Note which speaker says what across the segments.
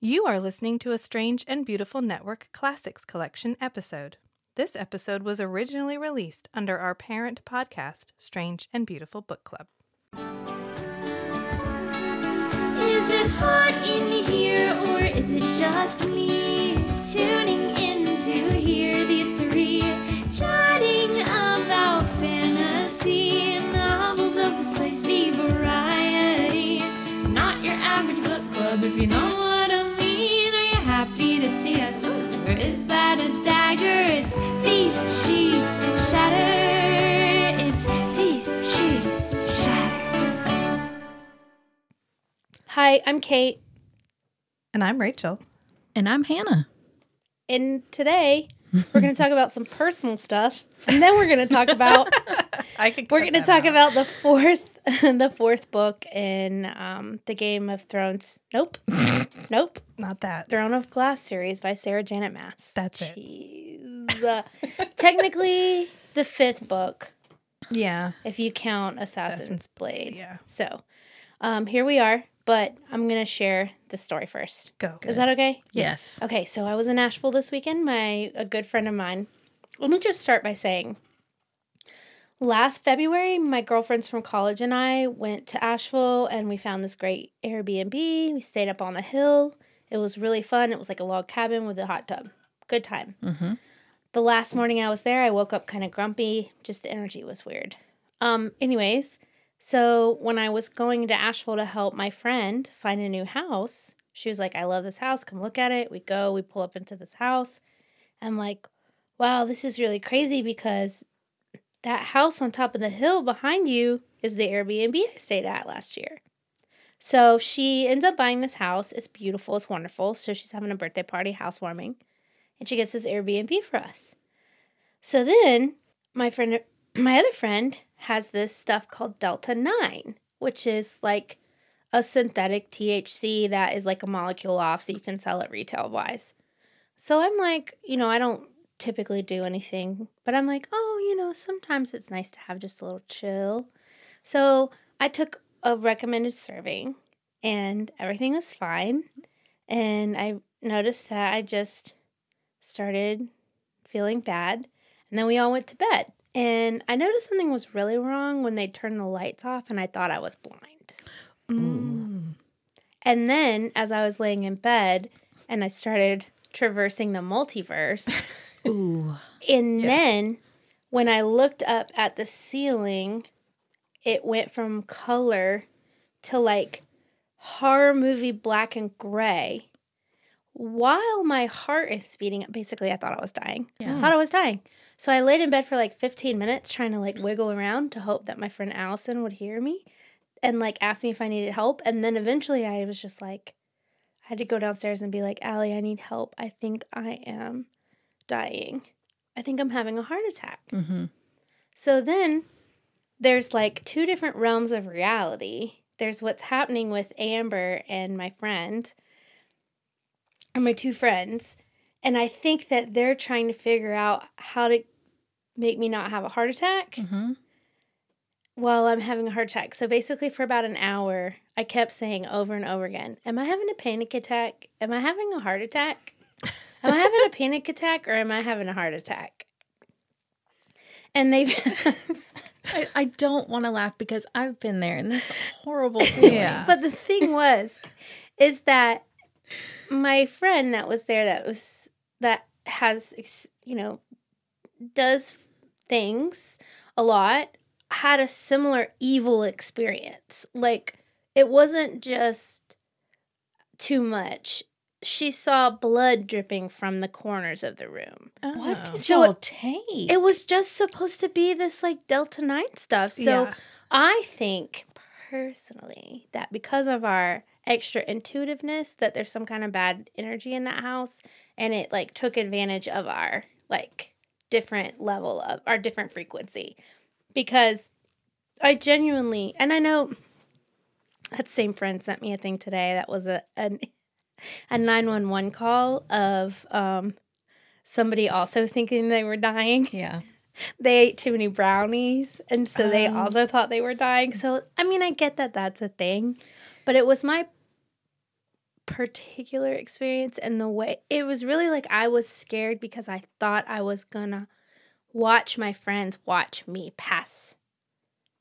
Speaker 1: You are listening to a Strange and Beautiful Network Classics Collection episode. This episode was originally released under our parent podcast, Strange and Beautiful Book Club.
Speaker 2: Is it hot in here or is it just me? Tuning in to hear these three chatting about fantasy novels of the spicy variety. Not your average book club, if you know what I mean. Are you happy to see us? Or is that a dagger? It's feast, she shatter. It's feast, she shatter.
Speaker 3: Hi, I'm Kate,
Speaker 1: And I'm Rachel.
Speaker 4: And I'm Hannah.
Speaker 3: and today we're going to talk about some personal stuff, and then we're going to talk about
Speaker 1: I could
Speaker 3: we're
Speaker 1: cut
Speaker 3: going to
Speaker 1: that
Speaker 3: talk
Speaker 1: out.
Speaker 3: about the fourth the fourth book in um, the Game of Thrones. Nope, nope.
Speaker 1: not that.
Speaker 3: Throne of Glass series by Sarah Janet Mass.
Speaker 1: That's it.
Speaker 3: Jeez. Uh, Technically, the fifth book
Speaker 1: Yeah.
Speaker 3: if you count Assassin's,
Speaker 1: Assassin's
Speaker 3: Blade.
Speaker 1: Yeah.
Speaker 3: So, um, here we are, but I'm going to share the story first.
Speaker 1: Go.
Speaker 3: Is that okay?
Speaker 4: Yes.
Speaker 3: Okay, so I was in Nashville this weekend. My a good friend of mine. Let me just start by saying last February, my girlfriends from college and I went to Asheville and we found this great Airbnb. We stayed up on a hill. It was really fun. It was like a log cabin with a hot tub. Good time. The last morning I was there, I woke up kind of grumpy. Just the energy was weird. Um, anyways, so when I was going to Asheville to help my friend find a new house, she was like, I love this house. Come look at it. We go, we pull up into this house. I'm like, wow, this is really crazy because that house on top of the hill behind you is the Airbnb I stayed at last year. So she ends up buying this house. It's beautiful, it's wonderful. So she's having a birthday party, housewarming, and she gets this Airbnb for us. So then my friend my other friend has this stuff called Delta 9, which is like a synthetic THC that is like a molecule off so you can sell it retail wise. So I'm like, you know, I don't typically do anything, but I'm like, oh, you know, sometimes it's nice to have just a little chill. So I took a recommended serving and everything was fine. And I noticed that I just started feeling bad. And then we all went to bed. And I noticed something was really wrong when they turned the lights off, and I thought I was blind. And then as I was laying in bed and I started traversing the multiverse,
Speaker 4: Ooh.
Speaker 3: and then when I looked up at the ceiling, it went from color to like horror movie black and gray while my heart is beating up. Basically, I thought I was dying. I thought I was dying. So I laid in bed for like 15 minutes trying to like wiggle around to hope that my friend Allison would hear me and like ask me if I needed help. And then eventually I was just like, I had to go downstairs and be like, Allie, I need help. I think I am dying. I think I'm having a heart attack.
Speaker 4: Mhm.
Speaker 3: So then there's like two different realms of reality. There's what's happening with Amber and my friend, or my two friends. And I think that they're trying to figure out how to make me not have a heart attack
Speaker 4: Mhm.
Speaker 3: while I'm having a heart attack. So basically, for about an hour, I kept saying over and over again, Am I having a panic attack? Am I having a heart attack? Am I having a panic attack or am I having a heart attack? And they've.
Speaker 4: I, I don't want to laugh because I've been there and that's a horrible feeling.
Speaker 1: Yeah.
Speaker 3: but the thing was, is that my friend that was there that was that has ex- you know does things a lot had a similar evil experience. Like it wasn't just too much. She saw blood dripping from the corners of the room.
Speaker 4: What
Speaker 1: Oh.
Speaker 4: did
Speaker 3: So
Speaker 4: y'all
Speaker 3: it-
Speaker 4: take?
Speaker 3: It was just supposed to be this like Delta 9 stuff. So
Speaker 1: Yeah.
Speaker 3: I think personally that because of our extra intuitiveness that there's some kind of bad energy in that house and it like took advantage of our like different level of our different frequency because I genuinely and I know that same friend sent me a thing today that was a an, a 911 call of um somebody also thinking they were dying
Speaker 4: yeah.
Speaker 3: they ate too many brownies and so they also thought they were dying so i mean i get that that's a thing but it was my particular experience and the way it was really like I was scared because I thought I was gonna watch my friends watch me pass.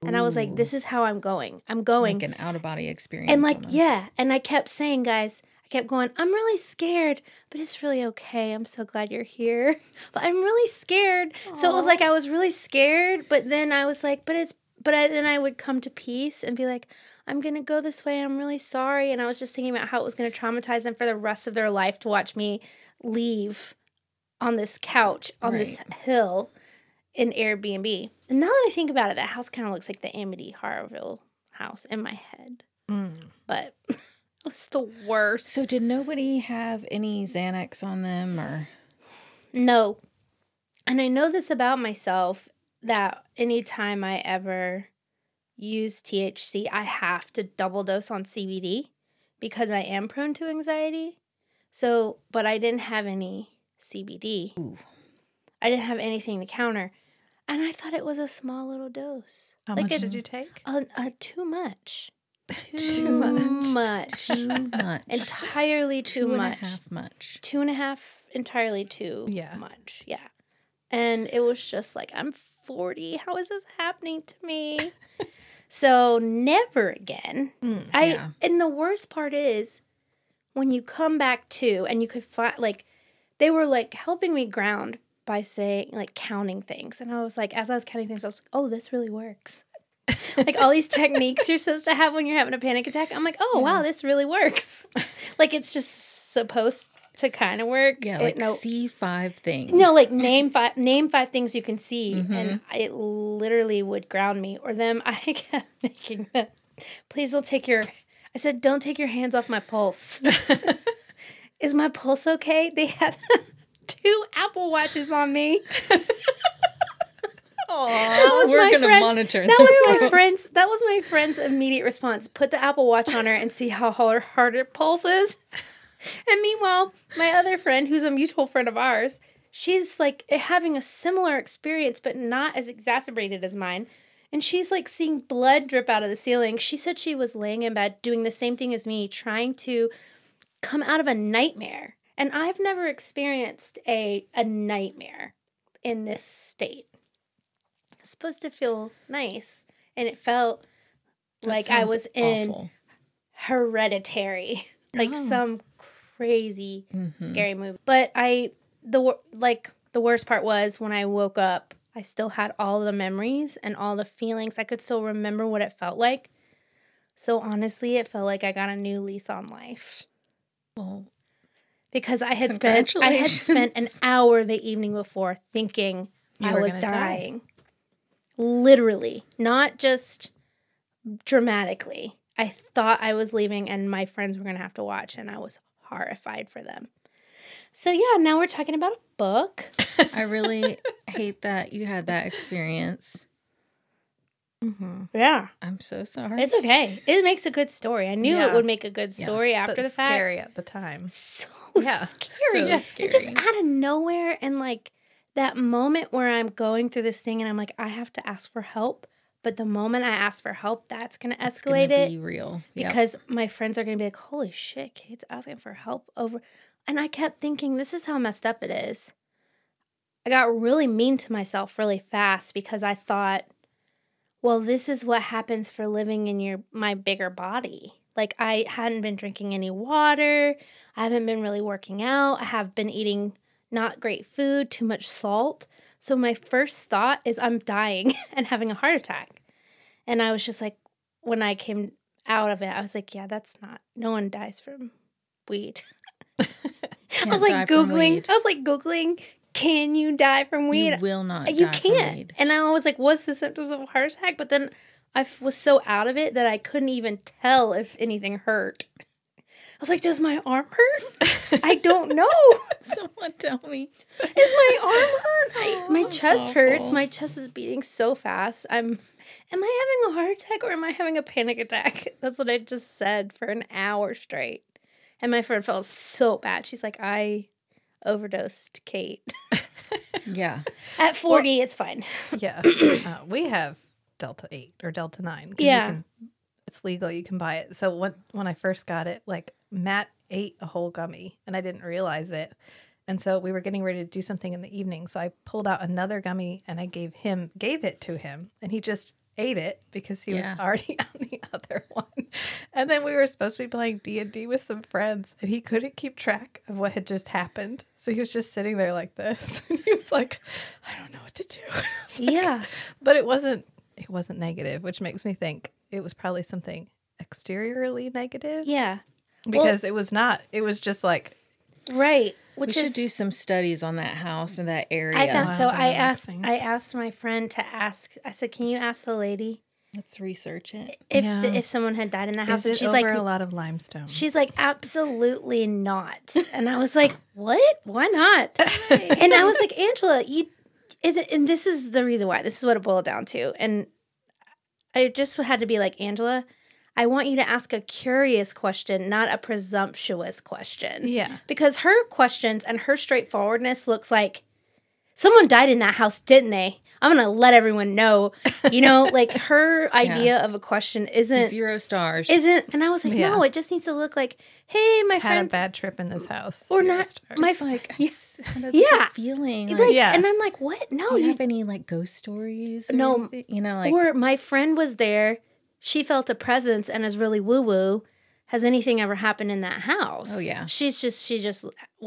Speaker 3: And I was like,
Speaker 4: Ooh.
Speaker 3: this is how I'm going. I'm going.
Speaker 4: Like an out of body experience.
Speaker 3: And like,
Speaker 4: almost.
Speaker 3: yeah. And I kept saying, guys, I kept going, I'm really scared, but it's really okay. I'm so glad you're here. But I'm really scared. So it was like I was really scared, but then I was like, but it's but I, then I would come to peace and be like, I'm gonna go this way. I'm really sorry. And I was just thinking about how it was gonna traumatize them for the rest of their life to watch me leave on this couch on this hill in Airbnb. And now that I think about it, that house kind of looks like the Amity Harville house in my head
Speaker 1: Mm.
Speaker 3: but it was the worst.
Speaker 4: So did nobody have any Xanax on them or
Speaker 3: no. And I know this about myself that anytime I ever use THC, I have to double dose on CBD because I am prone to anxiety. So, but I didn't have any CBD.
Speaker 4: Ooh.
Speaker 3: I didn't have anything to counter. And I thought it was a small little dose.
Speaker 1: How
Speaker 3: Like
Speaker 1: much
Speaker 3: it-
Speaker 1: did you take?
Speaker 3: Uh, uh, too much. Too,
Speaker 1: much.
Speaker 3: much.
Speaker 4: too much?
Speaker 3: Entirely too
Speaker 4: Two and a
Speaker 3: much.
Speaker 4: half much.
Speaker 3: two and a half entirely too
Speaker 1: Yeah.
Speaker 3: much yeah and it was just like i'm 40 how is this happening to me so never again
Speaker 1: Mm.
Speaker 3: i
Speaker 4: Yeah.
Speaker 3: and the worst part is when you come back to and you could find like they were like helping me ground by saying like counting things and i was like as i was counting things i was like oh this really works like all these techniques you're supposed to have when you're having a panic attack i'm like oh wow this really works like it's just supposed to kind of work
Speaker 4: Yeah,
Speaker 3: It-
Speaker 4: like
Speaker 3: no
Speaker 4: see five things.
Speaker 3: no like name five name five things you can see and it literally would ground me or them i kept thinking that please don't take your i said don't take your hands off my pulse is my pulse okay they had two apple watches on me
Speaker 4: Aw,
Speaker 3: was
Speaker 4: we're
Speaker 3: my
Speaker 4: gonna
Speaker 3: friend's-
Speaker 4: monitor
Speaker 3: That
Speaker 4: this
Speaker 3: was my
Speaker 4: girl.
Speaker 3: friend's. That was my friend's immediate response. Put the Apple Watch on her and see how hard, hard her pulse is. And meanwhile, my other friend, who's a mutual friend of ours, she's like having a similar experience, but not as exacerbated as mine. And she's like seeing blood drip out of the ceiling. She said she was laying in bed doing the same thing as me, trying to come out of a nightmare. And I've never experienced a, a nightmare in this state. It's supposed to feel nice. And it felt
Speaker 4: That
Speaker 3: like I
Speaker 4: sounds
Speaker 3: was in
Speaker 4: awful.
Speaker 3: hereditary, like
Speaker 1: Oh.
Speaker 3: some crazy
Speaker 4: Mhm.
Speaker 3: scary movie. But I the wor- like the worst part was when I woke up, I still had all the memories and all the feelings. I could still remember what it felt like. So honestly, it felt like I got a new lease on life
Speaker 4: Well,
Speaker 3: because I had spent I had spent an
Speaker 4: Congratulations.
Speaker 3: hour the evening before thinking
Speaker 1: You
Speaker 3: I
Speaker 1: were
Speaker 3: was
Speaker 1: gonna die.
Speaker 3: dying. Literally, not just dramatically. I thought I was leaving and my friends were going to have to watch and I was horrified for them. So yeah, now we're talking about a book.
Speaker 4: I really hate that you had that experience.
Speaker 1: Mm-hmm.
Speaker 3: Yeah.
Speaker 4: I'm so sorry.
Speaker 3: It's okay. It makes a good story. I knew
Speaker 1: Yeah.
Speaker 3: it would make a good
Speaker 4: Yeah.
Speaker 3: story after
Speaker 1: but
Speaker 3: the fact.
Speaker 1: scary at the time.
Speaker 3: so
Speaker 1: Yeah,
Speaker 3: scary.
Speaker 4: so
Speaker 3: And
Speaker 4: scary.
Speaker 3: just out of nowhere and like that moment where I'm going through this thing and I'm like, I have to ask for help. But the moment I ask for help, that's gonna
Speaker 4: It's gonna
Speaker 3: escalate it
Speaker 4: Be real. Yep.
Speaker 3: because my friends are gonna be like, Holy shit, Kate's asking for help over and I kept thinking, This is how messed up it is. I got really mean to myself really fast because I thought, well, this is what happens for living in your my bigger body. Like I hadn't been drinking any water. I haven't been really working out. I have been eating not great food, too much salt. So my first thought is I'm dying and having a heart attack. And I was just like when I came out of it, I was like, yeah, that's not. No one dies from weed. I
Speaker 4: Can't
Speaker 3: was
Speaker 4: die
Speaker 3: like
Speaker 4: from
Speaker 3: googling.
Speaker 4: weed.
Speaker 3: I was like googling, can you die from weed?
Speaker 4: You will not.
Speaker 3: you
Speaker 4: die from
Speaker 3: can't.
Speaker 4: weed.
Speaker 3: And I was like, what's the symptoms of a heart attack? But then I f- was so out of it that I couldn't even tell if anything hurt. I was like, does my arm hurt? I don't know.
Speaker 4: Someone tell me.
Speaker 3: Is my arm hurt? I, my
Speaker 4: that's
Speaker 3: chest hurts.
Speaker 4: awful.
Speaker 3: My chest is beating so fast. I'm. Am I having a heart attack or am I having a panic attack? That's what I just said for an hour straight. And my friend felt so bad. She's like, I overdosed Kate.
Speaker 4: Yeah.
Speaker 3: At 40, it's fine.
Speaker 1: Yeah, uh, we have Delta Eight or Delta Nine. 'cause you
Speaker 3: Yeah.
Speaker 1: can- it's legal. You can buy it. So when when I first got it, like Matt ate a whole gummy and I didn't realize it. And so we were getting ready to do something in the evening. So I pulled out another gummy and I gave him gave it to him and he just ate it because he was
Speaker 4: Yeah.
Speaker 1: already on the other one. And then we were supposed to be playing D&D with some friends and he couldn't keep track of what had just happened. So he was just sitting there like this. And he was like, I don't know what to do. It's like-
Speaker 3: Yeah.
Speaker 1: but it wasn't it wasn't negative, which makes me think it was probably something exteriorly negative
Speaker 3: Yeah.
Speaker 1: because it was not. It was just like
Speaker 3: Right.
Speaker 4: We
Speaker 3: Which
Speaker 4: should
Speaker 3: is
Speaker 4: do some studies on that house and that area.
Speaker 3: I found so
Speaker 1: Wild and
Speaker 3: I asked
Speaker 1: relaxing.
Speaker 3: I asked my friend to ask I said, Can you ask the lady
Speaker 4: Let's research it.
Speaker 3: if
Speaker 1: Yeah.
Speaker 3: if someone had died in the house?
Speaker 1: is
Speaker 3: And
Speaker 1: it
Speaker 3: she's
Speaker 1: over
Speaker 3: like
Speaker 1: a lot of limestone?
Speaker 3: She's like, absolutely not. And I was like, what? Why not? and I was like, Angela, you, is it, and this is the reason why. This is what it boiled down to. And I just had to be like, Angela, I want you to ask a curious question, not a presumptuous question.
Speaker 1: Yeah.
Speaker 3: Because her questions and her straightforwardness looks like, someone died in that house, didn't they? I'm going to let everyone know. You know, like her idea of a question isn't
Speaker 4: Zero stars.
Speaker 3: isn't and i was like no
Speaker 1: Yeah.
Speaker 3: it just needs to look like hey my
Speaker 1: had a
Speaker 3: friend
Speaker 1: bad trip in this house.
Speaker 3: or
Speaker 1: Zero
Speaker 3: not
Speaker 1: stars.
Speaker 3: my
Speaker 4: It's like I just had a
Speaker 3: Yeah.
Speaker 4: feeling.
Speaker 3: like,
Speaker 4: Like,
Speaker 1: Yeah.
Speaker 3: and i'm like what no
Speaker 4: do you
Speaker 3: you-
Speaker 4: have any like ghost stories? or
Speaker 3: No,
Speaker 4: anything? you know, like
Speaker 3: or my friend was there she felt a presence and is really woo woo has anything ever happened in that house
Speaker 4: Oh, yeah.
Speaker 3: she's just she just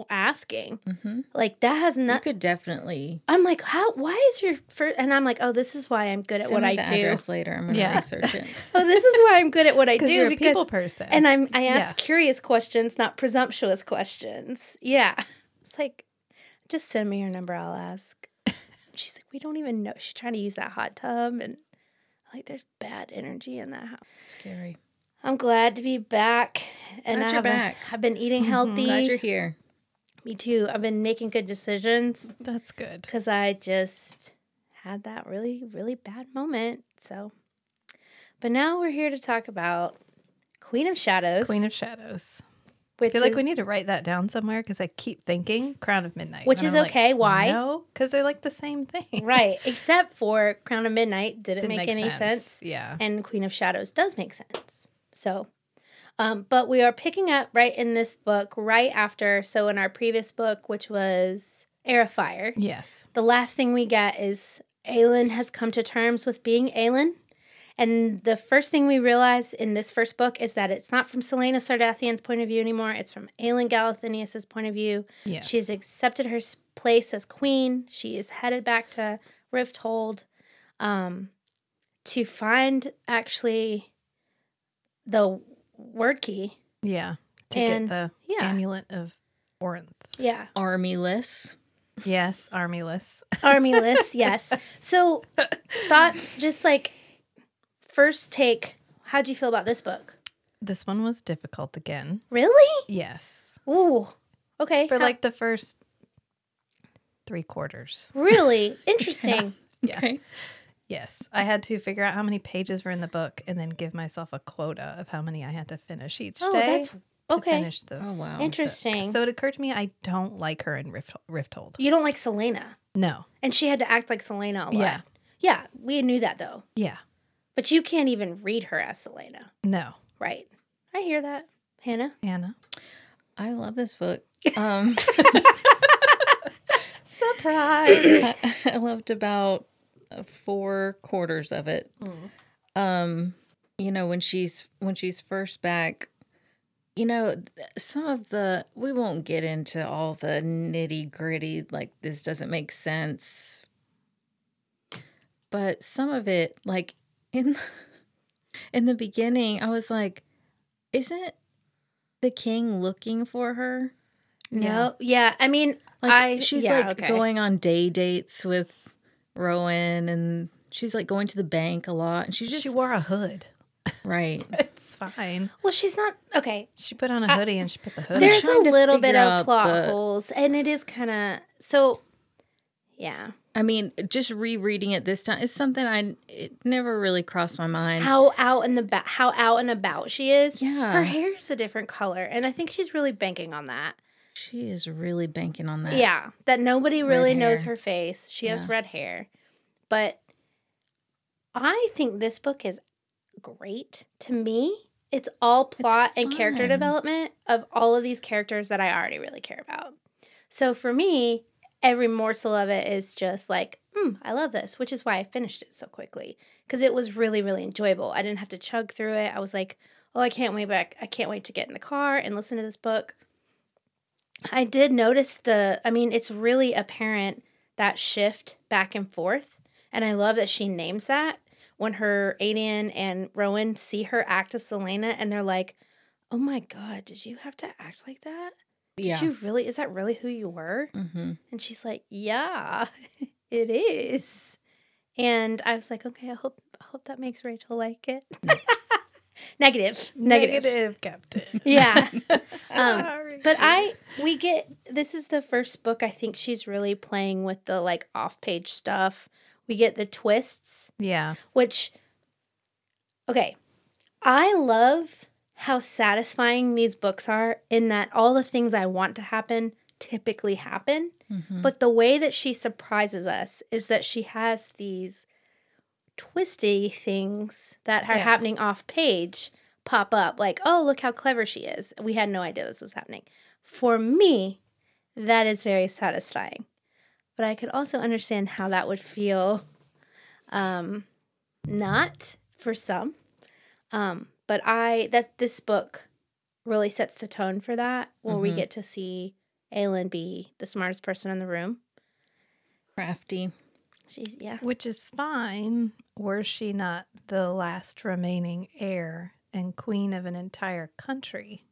Speaker 3: asking
Speaker 4: Mhm.
Speaker 3: like that has
Speaker 4: you
Speaker 3: not
Speaker 4: could definitely
Speaker 3: i'm like how why is your first and i'm like oh this is why i'm good at
Speaker 4: send
Speaker 3: what
Speaker 4: me
Speaker 3: i
Speaker 4: the
Speaker 3: do
Speaker 4: address later. I'm gonna
Speaker 1: Yeah.
Speaker 4: research it.
Speaker 3: oh this is why i'm good at what i
Speaker 1: because
Speaker 3: do
Speaker 1: you're a
Speaker 3: because
Speaker 1: people person.
Speaker 3: and i'm i ask curious questions not presumptuous questions yeah it's like just send me your number i'll ask she's like we don't even know she's trying to use that hot tub and like there's bad energy in that house
Speaker 4: Scary.
Speaker 3: i'm glad to be back and
Speaker 4: Glad
Speaker 3: I
Speaker 4: you're
Speaker 3: have a-
Speaker 4: back.
Speaker 3: i've been eating
Speaker 1: Mm-hmm.
Speaker 4: Glad you're
Speaker 3: healthy
Speaker 4: here.
Speaker 3: me too i've been making good decisions
Speaker 1: that's good.
Speaker 3: because i just had that really really bad moment so but now we're here to talk about queen of shadows
Speaker 1: Queen of Shadows. I
Speaker 3: which
Speaker 1: feel like
Speaker 3: is-
Speaker 1: we need to write that down somewhere because I keep thinking Crown of Midnight,
Speaker 3: Which
Speaker 1: and
Speaker 3: is
Speaker 1: I'm like,
Speaker 3: okay, why?
Speaker 1: No, because they're like the same thing.
Speaker 3: Right, except for Crown of Midnight didn't
Speaker 1: Didn't
Speaker 3: make, any sense.
Speaker 1: Yeah.
Speaker 3: and Queen of Shadows does make sense. So, um, but we are picking up right in this book right after. So, in our previous book, which was Air of Fire,
Speaker 1: yes.
Speaker 3: the last thing we get is Aelin has come to terms with being Aelin. And the first thing we realize in this first book is that it's not from Selena Sardathian's point of view anymore. It's from Aelin Galathinius's point of view.
Speaker 1: Yes.
Speaker 3: She's accepted her s- place as queen. She is headed back to Rifthold um, to find actually the word key.
Speaker 1: yeah. To
Speaker 3: and-
Speaker 1: get the
Speaker 3: yeah.
Speaker 1: amulet of Orinth.
Speaker 3: Yeah,
Speaker 4: Armyless.
Speaker 1: Yes, armyless.
Speaker 3: army list. Yes. So thoughts, just like first take. How'd you feel about this book?
Speaker 1: This one was difficult again.
Speaker 3: Really?
Speaker 1: Yes.
Speaker 3: Ooh. Okay.
Speaker 1: For
Speaker 3: How-
Speaker 1: like the first three quarters.
Speaker 3: really interesting.
Speaker 1: Yeah.
Speaker 4: Okay.
Speaker 1: Yes. I had to figure out how many pages were in the book and then give myself a quota of how many I had to finish each
Speaker 3: Oh,
Speaker 1: day.
Speaker 3: that's
Speaker 1: to
Speaker 3: okay.
Speaker 1: finish the
Speaker 4: Oh wow.
Speaker 3: Interesting.
Speaker 1: So it occurred to me I don't like her in Rift Rifthold.
Speaker 3: you don't like Selena,
Speaker 1: No.
Speaker 3: and she had to act like Selena a lot.
Speaker 1: Yeah.
Speaker 3: Yeah, we knew that though.
Speaker 1: Yeah.
Speaker 3: But you can't even read her as Selena,
Speaker 1: No.
Speaker 3: right? I hear that, Hannah.
Speaker 1: Anna.
Speaker 4: I love this book. Um,
Speaker 1: Surprise.
Speaker 4: I I loved about uh, four quarters of it. Um, you know when she's when she's first back. You know, th- some of the we won't get into all the nitty gritty. Like this doesn't make sense. But some of it, like in in the beginning, I was like, "Isn't the king looking for her?"
Speaker 3: No, yeah. I mean,
Speaker 4: Like
Speaker 3: I
Speaker 4: she's
Speaker 3: yeah,
Speaker 4: like
Speaker 3: okay.
Speaker 4: going on day dates with Rowan and she's like going to the bank a lot and she's just
Speaker 1: she wore a hood.
Speaker 4: right.
Speaker 1: It's fine.
Speaker 3: Well, she's not okay.
Speaker 1: She put on a hoodie and she put the hood
Speaker 3: There's
Speaker 4: trying
Speaker 3: a
Speaker 4: to
Speaker 3: little bit
Speaker 4: figure
Speaker 3: of
Speaker 4: out
Speaker 3: plot
Speaker 4: the-
Speaker 3: holes, and it is kind of so. Yeah,
Speaker 4: I mean, just rereading it this time it's something I it never really crossed my mind.
Speaker 3: how out and the ba- how out and about she is.
Speaker 4: Yeah.
Speaker 3: her hair is a different color, and I think she's really banking on that.
Speaker 4: she is really banking on that.
Speaker 3: Yeah, that nobody really knows
Speaker 4: hair.
Speaker 3: her face. She has
Speaker 4: Yeah.
Speaker 3: red hair. But I think this book is great to me. it's all plot and character
Speaker 4: fun.
Speaker 3: development of all of these characters that I already really care about. So for me, every morsel of it is just like, mm, I love this, which is why I finished it so quickly because it was really, really enjoyable. I didn't have to chug through it. I was like, oh, I can't wait back. I can't wait to get in the car and listen to this book. I did notice the, I mean, it's really apparent that shift back and forth. And I love that she names that when her Aiden and Rowan see her act as Selena and they're like, oh my God, did you have to act like that? Did
Speaker 4: Yeah.
Speaker 3: you really, is that really who you were?
Speaker 4: mm-hmm.
Speaker 3: And she's like, "Yeah, it is." And I was like, "Okay, I hope I hope that makes Rachel like it." Negative. Negative.
Speaker 1: Negative, Captain.
Speaker 3: Yeah.
Speaker 1: Sorry.
Speaker 3: Um, But I we get this is the first book I think she's really playing with the like off-page stuff. We get the twists,
Speaker 1: yeah,
Speaker 3: which okay. I love how satisfying these books are in that all the things I want to happen typically happen.
Speaker 4: Mm-hmm.
Speaker 3: But the way that she surprises us is that she has these twisty things that are
Speaker 1: Yeah.
Speaker 3: happening off page pop up. Like, oh, look how clever she is. We had no idea this was happening. For me, that is very satisfying. But I could also understand how that would feel um, not for some. Um, but I that this book really sets the tone for that, where we
Speaker 4: Mhm.
Speaker 3: get to see Aylin be the smartest person in the room.
Speaker 4: crafty.
Speaker 3: She's yeah.
Speaker 1: which is fine. Were she not the last remaining heir and queen of an entire country?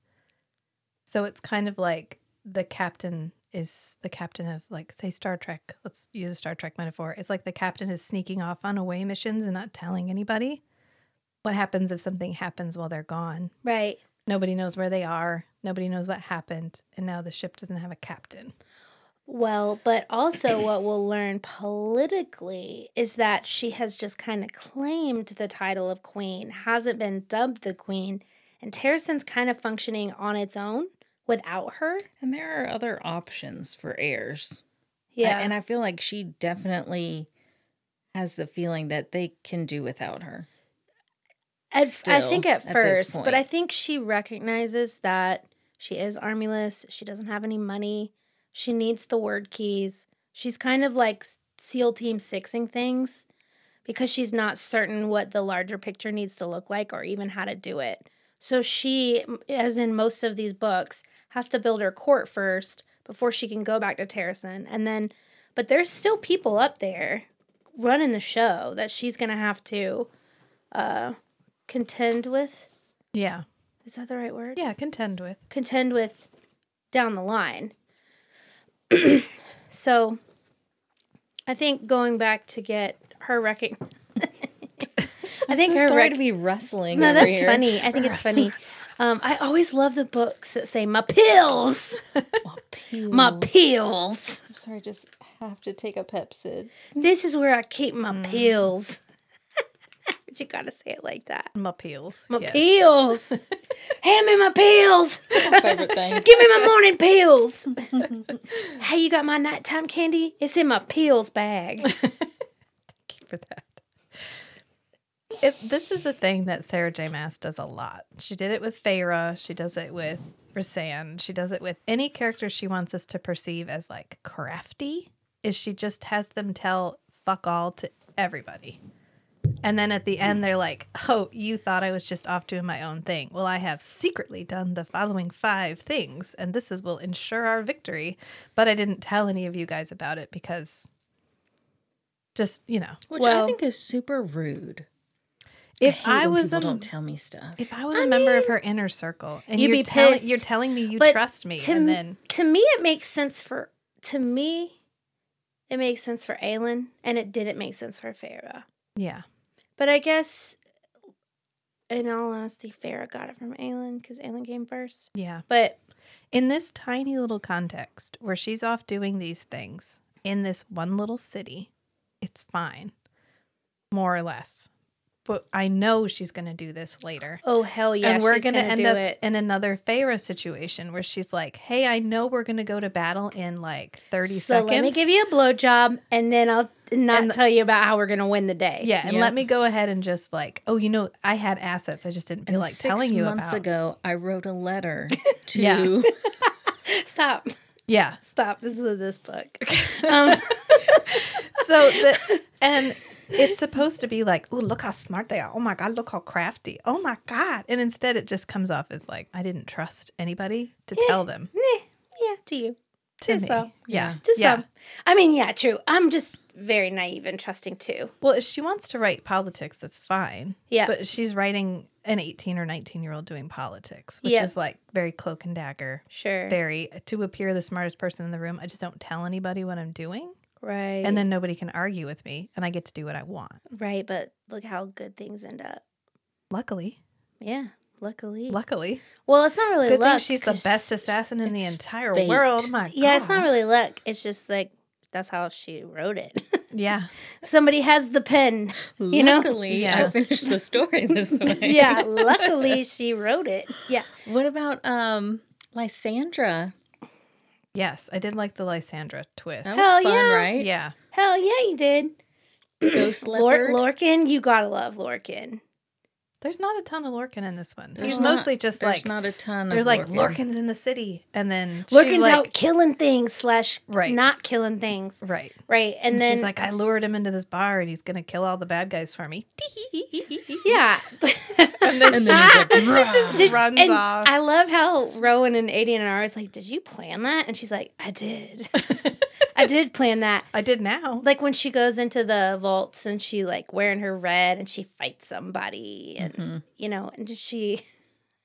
Speaker 1: So it's kind of like the captain is the captain of like say Star Trek. Let's use a Star Trek metaphor. It's like the captain is sneaking off on away missions and not telling anybody. What happens if something happens while they're gone?
Speaker 3: Right.
Speaker 1: Nobody knows where they are. Nobody knows what happened. And now the ship doesn't have a captain.
Speaker 3: Well, but also what we'll learn politically is that she has just kind of claimed the title of queen, hasn't been dubbed the queen, and Terrason's kind of functioning on its own without her.
Speaker 4: And there are other options for heirs. I-
Speaker 3: Yeah.
Speaker 4: and I feel like she definitely has the feeling that they can do without her.
Speaker 3: At, I
Speaker 4: still
Speaker 3: think
Speaker 4: at
Speaker 3: at
Speaker 4: this
Speaker 3: first, but
Speaker 4: point.
Speaker 3: I think she recognizes that she is armyless. She doesn't have any money. She needs the word keys. She's kind of like SEAL Team Sixing things because she's not certain what the larger picture needs to look like or even how to do it. So she, as in most of these books, has to build her court first before she can go back to Terrison. And then, but there's still people up there running the show that she's going to have to uh, contend with.
Speaker 1: Yeah.
Speaker 3: Is that the right word?
Speaker 1: Yeah. Contend with.
Speaker 3: Contend with down the line. so I think going back to get her wrecking. I think her
Speaker 4: sorry
Speaker 3: rec-
Speaker 4: to be rustling.
Speaker 3: No,
Speaker 4: over
Speaker 3: that's
Speaker 4: here.
Speaker 3: funny. I think it's funny. Um, I always love the books that say my pills, my pills.
Speaker 4: I'm sorry, I just have to take a Pepsid.
Speaker 3: This is where I keep my
Speaker 4: Mm.
Speaker 3: pills. but you gotta say it like that.
Speaker 1: My peels.
Speaker 3: My
Speaker 1: yes.
Speaker 3: pills. Hand me my pills.
Speaker 4: Favorite thing.
Speaker 3: Give me my morning pills. hey, you got my nighttime candy? It's in my pills bag.
Speaker 1: for that. It, this is a thing that Sarah J. Mass does a lot. She did it with Feyre. She does it with Rasan. She does it with any character she wants us to perceive as like crafty. Is she just has them tell fuck all to everybody, and then at the end they're like, "Oh, you thought I was just off doing my own thing. Well, I have secretly done the following five things, and this is will ensure our victory. But I didn't tell any of you guys about it because." Just you know,
Speaker 4: Which I
Speaker 3: Well-
Speaker 4: think is super rude.
Speaker 1: if
Speaker 4: I, um,
Speaker 1: I, was a
Speaker 4: people don't tell me stuff.
Speaker 1: if I was a member of her inner circle, and
Speaker 3: you'd
Speaker 1: you're
Speaker 3: be
Speaker 1: telling
Speaker 3: pissed.
Speaker 1: you're telling me you
Speaker 3: But
Speaker 1: trust me,
Speaker 3: to,
Speaker 1: and then
Speaker 3: to me, it makes sense for to me, it makes sense for Aelin, and it didn't make sense for Farah.
Speaker 1: yeah,
Speaker 3: But I guess, in all honesty, Farah got it from Aelin because Aelin came first.
Speaker 1: yeah.
Speaker 3: But
Speaker 1: In this tiny little context where she's off doing these things in this one little city, it's fine, more or less. But I know she's going to do this later.
Speaker 3: oh hell yeah,
Speaker 1: and we're
Speaker 3: she's
Speaker 1: going to end
Speaker 3: do
Speaker 1: up
Speaker 3: it.
Speaker 1: in another Feyre situation where she's like, "Hey, I know we're going to go to battle in like 30
Speaker 3: so
Speaker 1: seconds.
Speaker 3: let me give you a blowjob, and then I'll and not tell you about how we're gonna win the day.
Speaker 1: Yeah, and
Speaker 4: Yeah.
Speaker 1: let me go ahead and just like, oh, you know, I had assets. I just didn't feel like
Speaker 4: Six
Speaker 1: telling you
Speaker 4: months
Speaker 1: about.
Speaker 4: ago, I wrote a letter to
Speaker 1: Yeah.
Speaker 3: Stop.
Speaker 1: Yeah.
Speaker 3: Stop. This is this book. Um,
Speaker 1: So the and it's supposed to be like, oh, look how smart they are. Oh my god, look how crafty. Oh my god. And instead, it just comes off as like, I didn't trust anybody to tell them
Speaker 3: eh, yeah, to you.
Speaker 1: to
Speaker 3: just
Speaker 1: me.
Speaker 3: so.
Speaker 1: Yeah.
Speaker 3: To
Speaker 1: yeah.
Speaker 3: some. I mean, yeah, true. I'm just very naive and trusting too.
Speaker 1: Well, if she wants to write politics, that's fine.
Speaker 3: Yeah.
Speaker 1: But she's writing an 18 or 19 year old doing politics, which
Speaker 3: Yeah.
Speaker 1: is like very cloak and dagger.
Speaker 3: Sure.
Speaker 1: Very to appear the smartest person in the room. I just don't tell anybody what I'm doing.
Speaker 3: Right.
Speaker 1: And then nobody can argue with me and I get to do what I want.
Speaker 3: right, but look how good things end up.
Speaker 1: Luckily.
Speaker 3: Yeah.
Speaker 4: Mm.
Speaker 3: Luckily.
Speaker 1: Luckily.
Speaker 3: well, it's not really
Speaker 1: Good
Speaker 3: luck.
Speaker 1: thing she's the
Speaker 3: 'cause
Speaker 1: best assassin in the
Speaker 4: it's
Speaker 1: entire
Speaker 4: fate.
Speaker 1: world. My
Speaker 3: Yeah, it's
Speaker 1: God.
Speaker 3: not really luck. It's just like that's how she wrote it.
Speaker 1: Yeah.
Speaker 3: Somebody has the pen. You know?
Speaker 4: Luckily,
Speaker 1: Yeah.
Speaker 4: I finished the story this way.
Speaker 3: yeah, luckily she wrote it. Yeah.
Speaker 4: What about um Lysandra?
Speaker 1: Yes. I did like the Lysandra twist.
Speaker 4: That was
Speaker 3: Hell
Speaker 4: fun,
Speaker 3: yeah.
Speaker 4: right?
Speaker 1: yeah.
Speaker 3: Hell yeah, you did.
Speaker 4: Ghost
Speaker 3: Lor-
Speaker 4: leopard.
Speaker 3: Lorkin, you gotta love Lorkin.
Speaker 1: There's not a ton of Lorcan in this one.
Speaker 4: There's
Speaker 1: He's
Speaker 4: not-
Speaker 1: mostly just
Speaker 4: there's
Speaker 1: like
Speaker 4: not a ton.
Speaker 1: they're
Speaker 4: of
Speaker 1: like
Speaker 4: Lorcan.
Speaker 1: Lorcan's in the city, and then she's
Speaker 3: Lorkin's
Speaker 1: like,
Speaker 3: out killing things slash
Speaker 1: Right.
Speaker 3: not killing things.
Speaker 1: right?
Speaker 3: Right. And,
Speaker 1: And,
Speaker 3: then
Speaker 1: she's like, I lured him into this bar, and he's gonna kill all the bad guys for me.
Speaker 3: Yeah.
Speaker 1: and then,
Speaker 4: And
Speaker 1: she,
Speaker 4: then he's like,
Speaker 1: and she just
Speaker 3: Did-
Speaker 1: runs
Speaker 3: and
Speaker 1: off.
Speaker 3: I love how Rowan and Adian are always like, Did you plan that? And she's like, I did. I did plan that.
Speaker 1: I did now.
Speaker 3: Like when she goes into the vaults and she like wearing her red and she fights somebody and you know, and she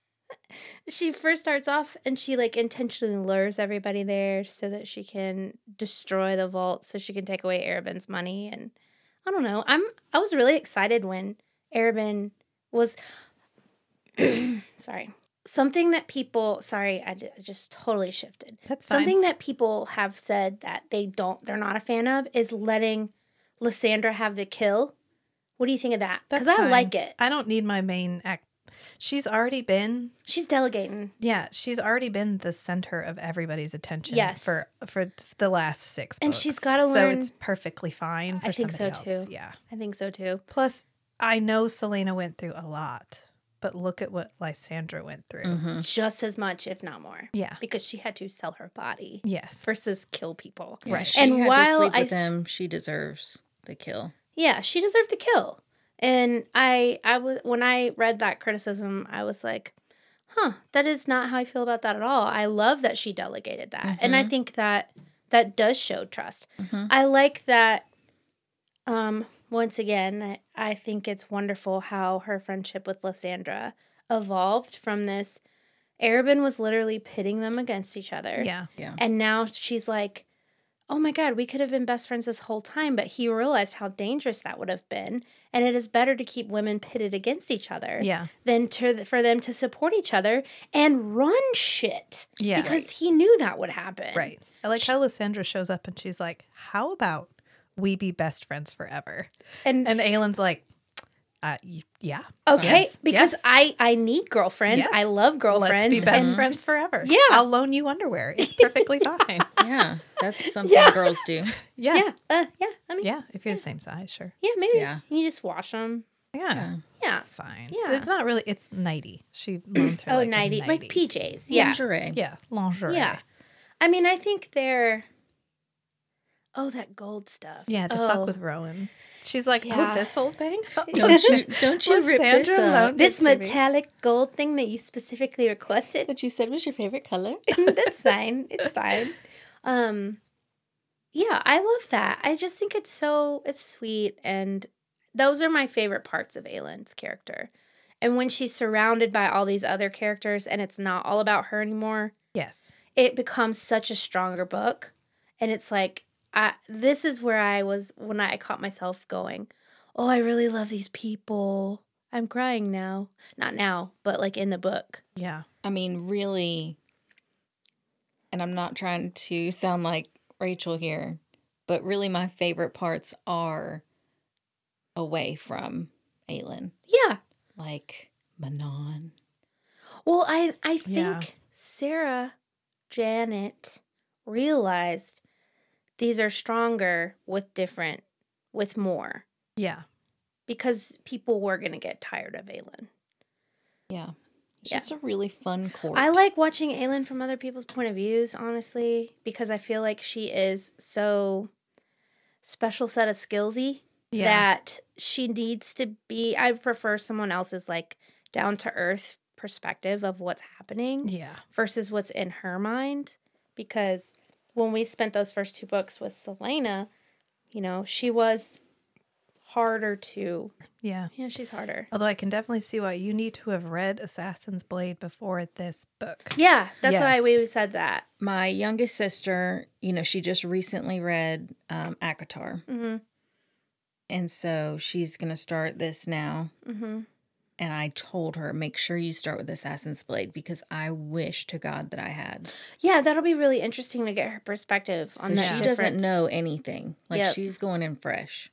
Speaker 3: she first starts off and she like intentionally lures everybody there so that she can destroy the vault so she can take away Arabin's money and I don't know. I'm I was really excited when Arabin was sorry. Something that people sorry, I, d- I just totally shifted.
Speaker 1: That's fine.
Speaker 3: Something that people have said that they don't they're not a fan of is letting Lysandra have the kill. What do you think of that? Because
Speaker 1: That's
Speaker 3: I
Speaker 1: fine.
Speaker 3: like it.
Speaker 1: I don't need my main act. She's already been,
Speaker 3: She's delegating.
Speaker 1: yeah, she's already been the center of everybody's attention.
Speaker 3: Yes.
Speaker 1: for for the last six.
Speaker 3: And she's
Speaker 1: books.
Speaker 3: gotta
Speaker 1: So
Speaker 3: learn-
Speaker 1: it's perfectly fine. For
Speaker 3: I think so,
Speaker 1: somebody else.
Speaker 3: too.
Speaker 1: Yeah.
Speaker 3: I think so too.
Speaker 1: Plus, I know Selena went through a lot, but look at what Lysandra went through.
Speaker 3: Mm-hmm. Just as much, if not more.
Speaker 1: Yeah.
Speaker 3: Because she had to sell her body
Speaker 1: Yes.
Speaker 3: versus kill people.
Speaker 4: Yeah, she
Speaker 3: And
Speaker 4: had
Speaker 3: while
Speaker 4: to sleep
Speaker 3: I
Speaker 4: with
Speaker 3: s-
Speaker 4: him, she deserves the kill.
Speaker 3: yeah she deserved the kill and i i was when i read that criticism i was like huh that is not how i feel about that at all i love that she delegated that and i think that that does show trust i like that um once again I, I think it's wonderful how her friendship with lysandra evolved from this arabin was literally pitting them against each other
Speaker 1: Yeah.
Speaker 3: and now she's like, oh my God, we could have been best friends this whole time, but he realized how dangerous that would have been. And it is better to keep women pitted against each other
Speaker 1: Yeah.
Speaker 3: than to, for them to support each other and run shit.
Speaker 1: Yeah.
Speaker 3: Because he knew that would happen.
Speaker 1: Right. I like how Lysandra shows up and she's like, How about we be best friends forever?
Speaker 3: And,
Speaker 1: And Aylin's like, uh, y- Yeah.
Speaker 3: okay,
Speaker 1: Yes.
Speaker 3: because
Speaker 1: Yes.
Speaker 3: I, I need girlfriends.
Speaker 1: Yes.
Speaker 3: I love girlfriends.
Speaker 1: Let's be best
Speaker 3: and-
Speaker 1: friends forever.
Speaker 3: Yeah.
Speaker 1: I'll loan you underwear. It's perfectly fine.
Speaker 4: Yeah, that's something girls do.
Speaker 1: Yeah.
Speaker 3: Yeah.
Speaker 1: Yeah.
Speaker 3: Uh, yeah. I mean, yeah,
Speaker 1: If you're the same size, sure.
Speaker 3: maybe
Speaker 4: Yeah.
Speaker 3: you just wash them.
Speaker 1: Yeah.
Speaker 3: Yeah.
Speaker 1: It's fine.
Speaker 3: Yeah.
Speaker 1: It's not really, it's nighty. She loans her.
Speaker 3: Oh,
Speaker 1: like a
Speaker 3: nighty. Like PJs. Yeah.
Speaker 4: Lingerie.
Speaker 1: Yeah. Lingerie.
Speaker 3: Yeah. I mean, I think they're. Oh, that gold stuff.
Speaker 1: Yeah. To
Speaker 3: Oh.
Speaker 1: fuck with Rowan. She's like,
Speaker 3: Yeah.
Speaker 1: Oh, this whole thing?
Speaker 4: Don't you don't you rip this
Speaker 1: Lysandra
Speaker 4: up.
Speaker 1: loaned
Speaker 3: This
Speaker 1: it to me.
Speaker 3: metallic gold thing that you specifically requested. Mm,
Speaker 4: That you said was your favorite color.
Speaker 3: That's fine. It's fine. Um, yeah, I love that. I just think it's so it's sweet, and those are my favorite parts of Aylin's character. And when she's surrounded by all these other characters, and it's not all about her anymore,
Speaker 1: Yes.
Speaker 3: it becomes such a stronger book and it's like I, this is where i was when i caught myself going oh i really love these people i'm crying now not now but like in the book
Speaker 1: Yeah.
Speaker 4: I mean, really, and I'm not trying to sound like Rachel here, but really my favorite parts are away from Aelin.
Speaker 3: yeah
Speaker 4: Like Manon.
Speaker 3: well i i think
Speaker 1: Yeah.
Speaker 3: sarah janet realized these are stronger with different with more
Speaker 1: Yeah.
Speaker 3: because people were going to get tired of Aelin.
Speaker 4: Yeah. It's
Speaker 3: Yeah.
Speaker 4: just a really fun court.
Speaker 3: I like watching Aelin from other people's point of views, honestly, because I feel like she is so special set of skillsy
Speaker 1: Yeah.
Speaker 3: that she needs to be. I prefer someone else's like down to earth perspective of what's happening
Speaker 1: yeah.
Speaker 3: versus what's in her mind because when we spent those first two books with Selena, you know, she was harder to
Speaker 1: Yeah.
Speaker 3: yeah, she's harder.
Speaker 1: Although I can definitely see why you need to have read Assassin's Blade before this book.
Speaker 3: Yeah, that's why we
Speaker 1: Yes.
Speaker 3: said that.
Speaker 4: my youngest sister, you know, she just recently read um, Akatar.
Speaker 3: Mhm.
Speaker 4: And so she's going to start this now.
Speaker 3: Mhm.
Speaker 4: And I told her, make sure you start with Assassin's Blade because I wish to God that I had.
Speaker 3: Yeah, that'll be really interesting to get her perspective on
Speaker 4: So
Speaker 3: that.
Speaker 4: she doesn't
Speaker 3: difference.
Speaker 4: know anything. Like
Speaker 3: Yep.
Speaker 4: she's going in fresh.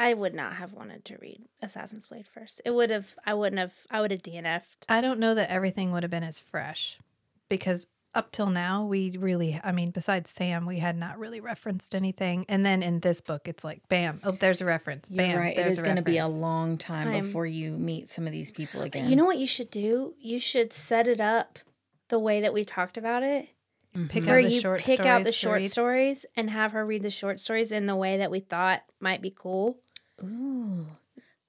Speaker 3: I would not have wanted to read Assassin's Blade first. It would have. I wouldn't have. I would have DNF'd.
Speaker 1: I don't know that everything would have been as fresh because up till now, we really, I mean, besides Sam, we had not really referenced anything. And then in this book, it's like, bam, oh, there's a reference.
Speaker 4: You're
Speaker 1: Bam,
Speaker 4: right. It
Speaker 1: there's
Speaker 4: is going to be a
Speaker 1: reference.
Speaker 4: long time,
Speaker 3: Time.
Speaker 4: before you meet some of these people again.
Speaker 3: You know what you should do? You should set it up the way that we talked about it,
Speaker 4: Mm-hmm.
Speaker 1: pick
Speaker 3: where
Speaker 1: out the
Speaker 3: you
Speaker 1: short
Speaker 3: pick out the
Speaker 1: stories to
Speaker 3: short
Speaker 1: read.
Speaker 3: stories and have her read the short stories in the way that we thought might be cool.
Speaker 4: Ooh,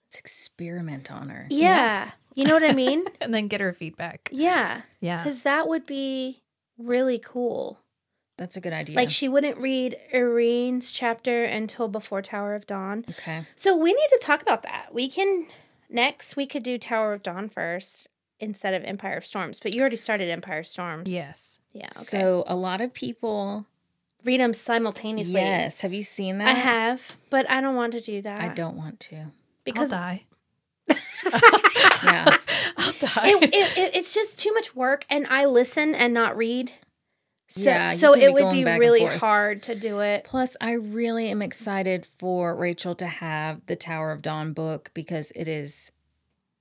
Speaker 4: let's experiment on her.
Speaker 3: Yeah, you know what I mean?
Speaker 1: and then get her feedback.
Speaker 3: yeah,
Speaker 1: Yeah.
Speaker 3: because that would be really cool.
Speaker 4: That's a good idea.
Speaker 3: Like she wouldn't read Irene's chapter until before Tower of Dawn.
Speaker 4: okay.
Speaker 3: So we need to talk about that. We can next we could do Tower of Dawn first instead of Empire of Storms, but you already started Empire of Storms.
Speaker 1: Yes.
Speaker 3: Yeah. Okay.
Speaker 4: So a lot of people.
Speaker 3: read them simultaneously.
Speaker 4: Yes. Have you seen that?
Speaker 3: I have, but I don't want to do that.
Speaker 4: I don't want to.
Speaker 3: because
Speaker 1: I'll die.
Speaker 4: Yeah.
Speaker 1: I'll die.
Speaker 3: it, it, it- it's just too much work and I listen and not read. So
Speaker 4: Yeah, you
Speaker 3: so
Speaker 4: can be
Speaker 3: it would
Speaker 4: going
Speaker 3: be
Speaker 4: back and
Speaker 3: really
Speaker 4: forth.
Speaker 3: hard to do it.
Speaker 4: Plus, I really am excited for Rachel to have the Tower of Dawn book because it is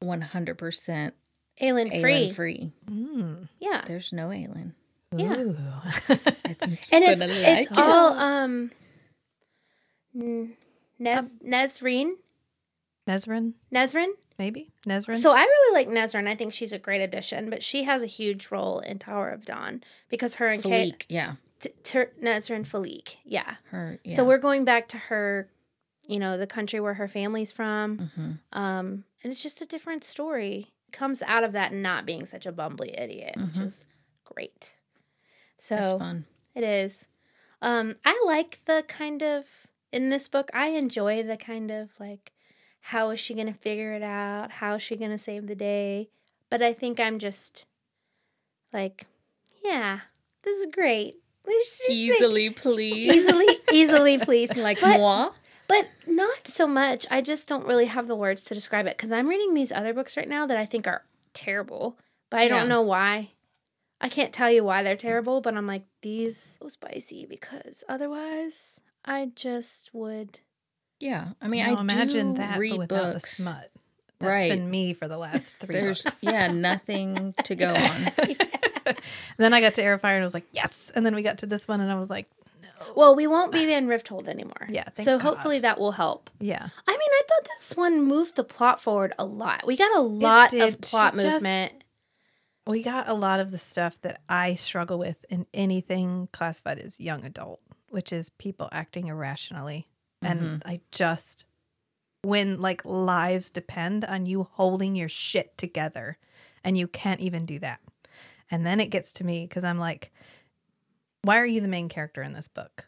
Speaker 4: 100%
Speaker 3: Alien free.
Speaker 4: Aelin free.
Speaker 1: Mm.
Speaker 3: Yeah.
Speaker 4: There's no Aelin.
Speaker 3: Yeah.
Speaker 1: Ooh.
Speaker 4: I think
Speaker 3: And
Speaker 4: you're
Speaker 3: it's
Speaker 4: gonna
Speaker 3: it's
Speaker 4: like it.
Speaker 3: all um n- Nez Nezreen?
Speaker 1: Nezrin,
Speaker 3: Nezrin?
Speaker 1: maybe? Nezrin?
Speaker 3: So I really like Nezrin. I think she's a great addition, but she has a huge role in Tower of Dawn because her and Kate
Speaker 4: Fleek. Yeah.
Speaker 3: t- ter- Nezrin Falik. Yeah.
Speaker 4: Her.
Speaker 3: So we're going back to her, you know, the country where her family's from.
Speaker 4: hmm
Speaker 3: Um, and it's just a different story. Comes out of that not being such a bumbly idiot, which
Speaker 4: Mhm.
Speaker 3: is great.
Speaker 4: That's
Speaker 3: So
Speaker 4: fun.
Speaker 3: it is. Um, I like the kind of in this book. I enjoy the kind of like, how is she gonna figure it out? How is she gonna save the day? But I think I'm just like, yeah, this is great. Let's just, like,
Speaker 4: Easily, please.
Speaker 3: easily, easily pleased.
Speaker 4: Like
Speaker 3: But-
Speaker 4: moi.
Speaker 3: But not so much. I just don't really have the words to describe it because I'm reading these other books right now that I think are terrible, but I don't
Speaker 4: Yeah.
Speaker 3: know why. I can't tell you why they're terrible, but I'm like, these are spicy because otherwise I just would.
Speaker 4: Yeah. I mean,
Speaker 1: Now
Speaker 4: I
Speaker 1: imagine
Speaker 4: do
Speaker 1: that but
Speaker 4: read
Speaker 1: without
Speaker 4: books.
Speaker 1: the smut. That's been me for the last three
Speaker 4: There's
Speaker 1: books.
Speaker 4: yeah, nothing to go on.
Speaker 1: then I got to Air Fire and I was like, yes. And then we got to this one and I was like, no.
Speaker 3: Well, we won't be in Rifthold anymore.
Speaker 1: Yeah, thank
Speaker 3: So
Speaker 1: God.
Speaker 3: hopefully that will help.
Speaker 1: Yeah.
Speaker 3: I mean, I thought this one moved the plot forward a lot. We got a lot of
Speaker 1: did. She
Speaker 3: plot
Speaker 1: just-
Speaker 3: movement.
Speaker 1: We got a lot of the stuff that I struggle with in anything classified as young adult, which is people acting irrationally. And I just, when like lives depend on you holding your shit together and you can't even do that. And then it gets to me because I'm like, why are you the main character in this book?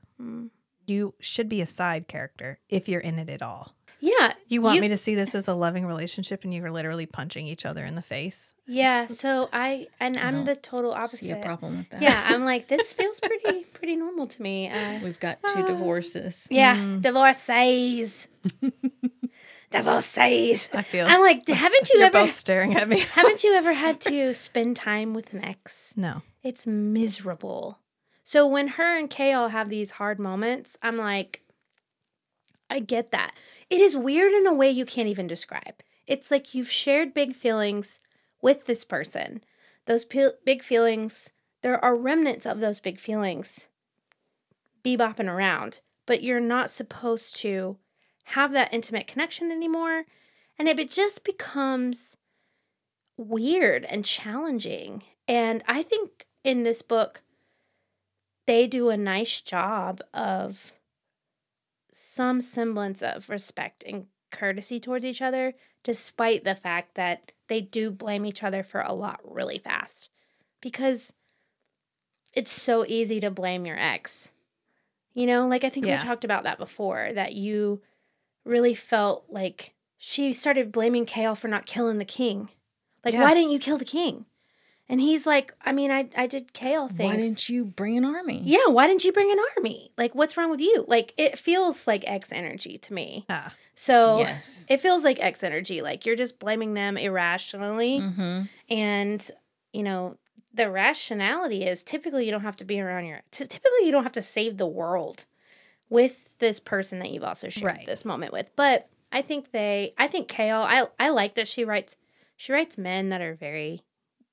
Speaker 1: You should be a side character if you're in it at all.
Speaker 3: Yeah.
Speaker 1: You want me to see this as a loving relationship and you're literally punching each other in the face.
Speaker 3: Yeah. So I, and I'm
Speaker 4: don't
Speaker 3: the total opposite.
Speaker 4: See a problem with that?
Speaker 3: yeah, I'm like this feels pretty pretty normal to me. Uh,
Speaker 4: We've got two divorces.
Speaker 3: yeah, divorcees, divorcees.
Speaker 1: I feel
Speaker 3: I'm like, haven't you
Speaker 1: You're
Speaker 3: ever
Speaker 1: both staring at me.
Speaker 3: haven't you ever had to spend time with an ex?
Speaker 1: no.
Speaker 3: It's miserable. So when her and Kale have these hard moments, I'm like, I get that. It is weird in a way you can't even describe. It's like you've shared big feelings with this person. Those pe- big feelings, there are remnants of those big feelings bebopping around, but you're not supposed to have that intimate connection anymore. And it be- just becomes weird and challenging. And I think in this book, they do a nice job of some semblance of respect and courtesy towards each other, despite the fact that they do blame each other for a lot really fast. Because it's so easy to blame your ex. You know, like I think
Speaker 1: Yeah.
Speaker 3: we talked about that before, that you really felt like she started blaming Kale for not killing the king. Like,
Speaker 1: Yeah.
Speaker 3: why didn't you kill the king? And he's like, I mean, I, I did Kale things.
Speaker 4: Why didn't you bring an army?
Speaker 3: Yeah, why didn't you bring an army? Like, what's wrong with you? Like, it feels like X energy to me.
Speaker 1: Ah.
Speaker 3: So
Speaker 4: Yes.
Speaker 3: it feels like X energy. Like, you're just blaming them irrationally.
Speaker 4: Mm-hmm.
Speaker 3: And, you know, the rationality is typically you don't have to be around your, t- typically you don't have to save the world with this person that you've also shared
Speaker 1: Right.
Speaker 3: this moment with. But I think they, I think Kale, I, I like that she writes, she writes men that are very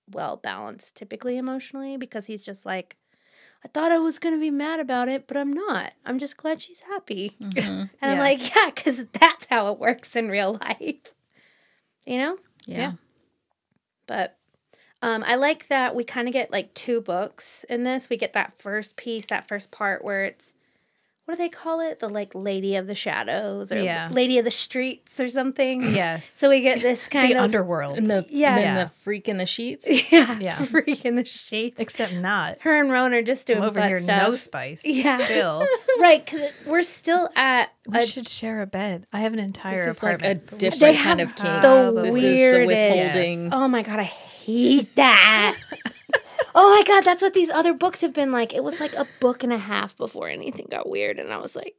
Speaker 3: well balanced typically emotionally because he's just like, I thought I was going to be mad about it, but I'm not. I'm just glad she's happy.
Speaker 4: hmm
Speaker 3: And I'm
Speaker 1: Yeah.
Speaker 3: like, yeah, because that's how it works in real life. You know?
Speaker 4: Yeah.
Speaker 3: But um, I like that we kind of get like two books in this. We get that first piece, that first part where it's what do they call it? The like Lady of the Shadows or
Speaker 1: Yeah.
Speaker 3: Lady of the Streets or something.
Speaker 1: Yes.
Speaker 3: So we get this kind
Speaker 1: the
Speaker 3: of
Speaker 1: underworld.
Speaker 4: And the,
Speaker 3: Yeah.
Speaker 4: then
Speaker 1: Yeah.
Speaker 4: the freak in the sheets.
Speaker 3: yeah,
Speaker 1: Yeah.
Speaker 3: freak in the sheets.
Speaker 1: Except not.
Speaker 3: Her and Ron are just doing
Speaker 1: I'm over
Speaker 3: butt
Speaker 1: here,
Speaker 3: stuff.
Speaker 1: no spice.
Speaker 3: Yeah.
Speaker 1: Still,
Speaker 3: right? Because we're still at
Speaker 1: we
Speaker 3: a
Speaker 1: should share a bed. I have an entire
Speaker 4: This is like a
Speaker 1: apartment. but we
Speaker 4: different
Speaker 3: They
Speaker 1: should-
Speaker 3: have
Speaker 4: kind of king. Ah,
Speaker 1: the
Speaker 4: this is
Speaker 3: weirdest-
Speaker 4: the withholding.
Speaker 3: Oh my god, I hate that. oh my god, that's what these other books have been like. It was like a book and a half before anything got weird, and I was like,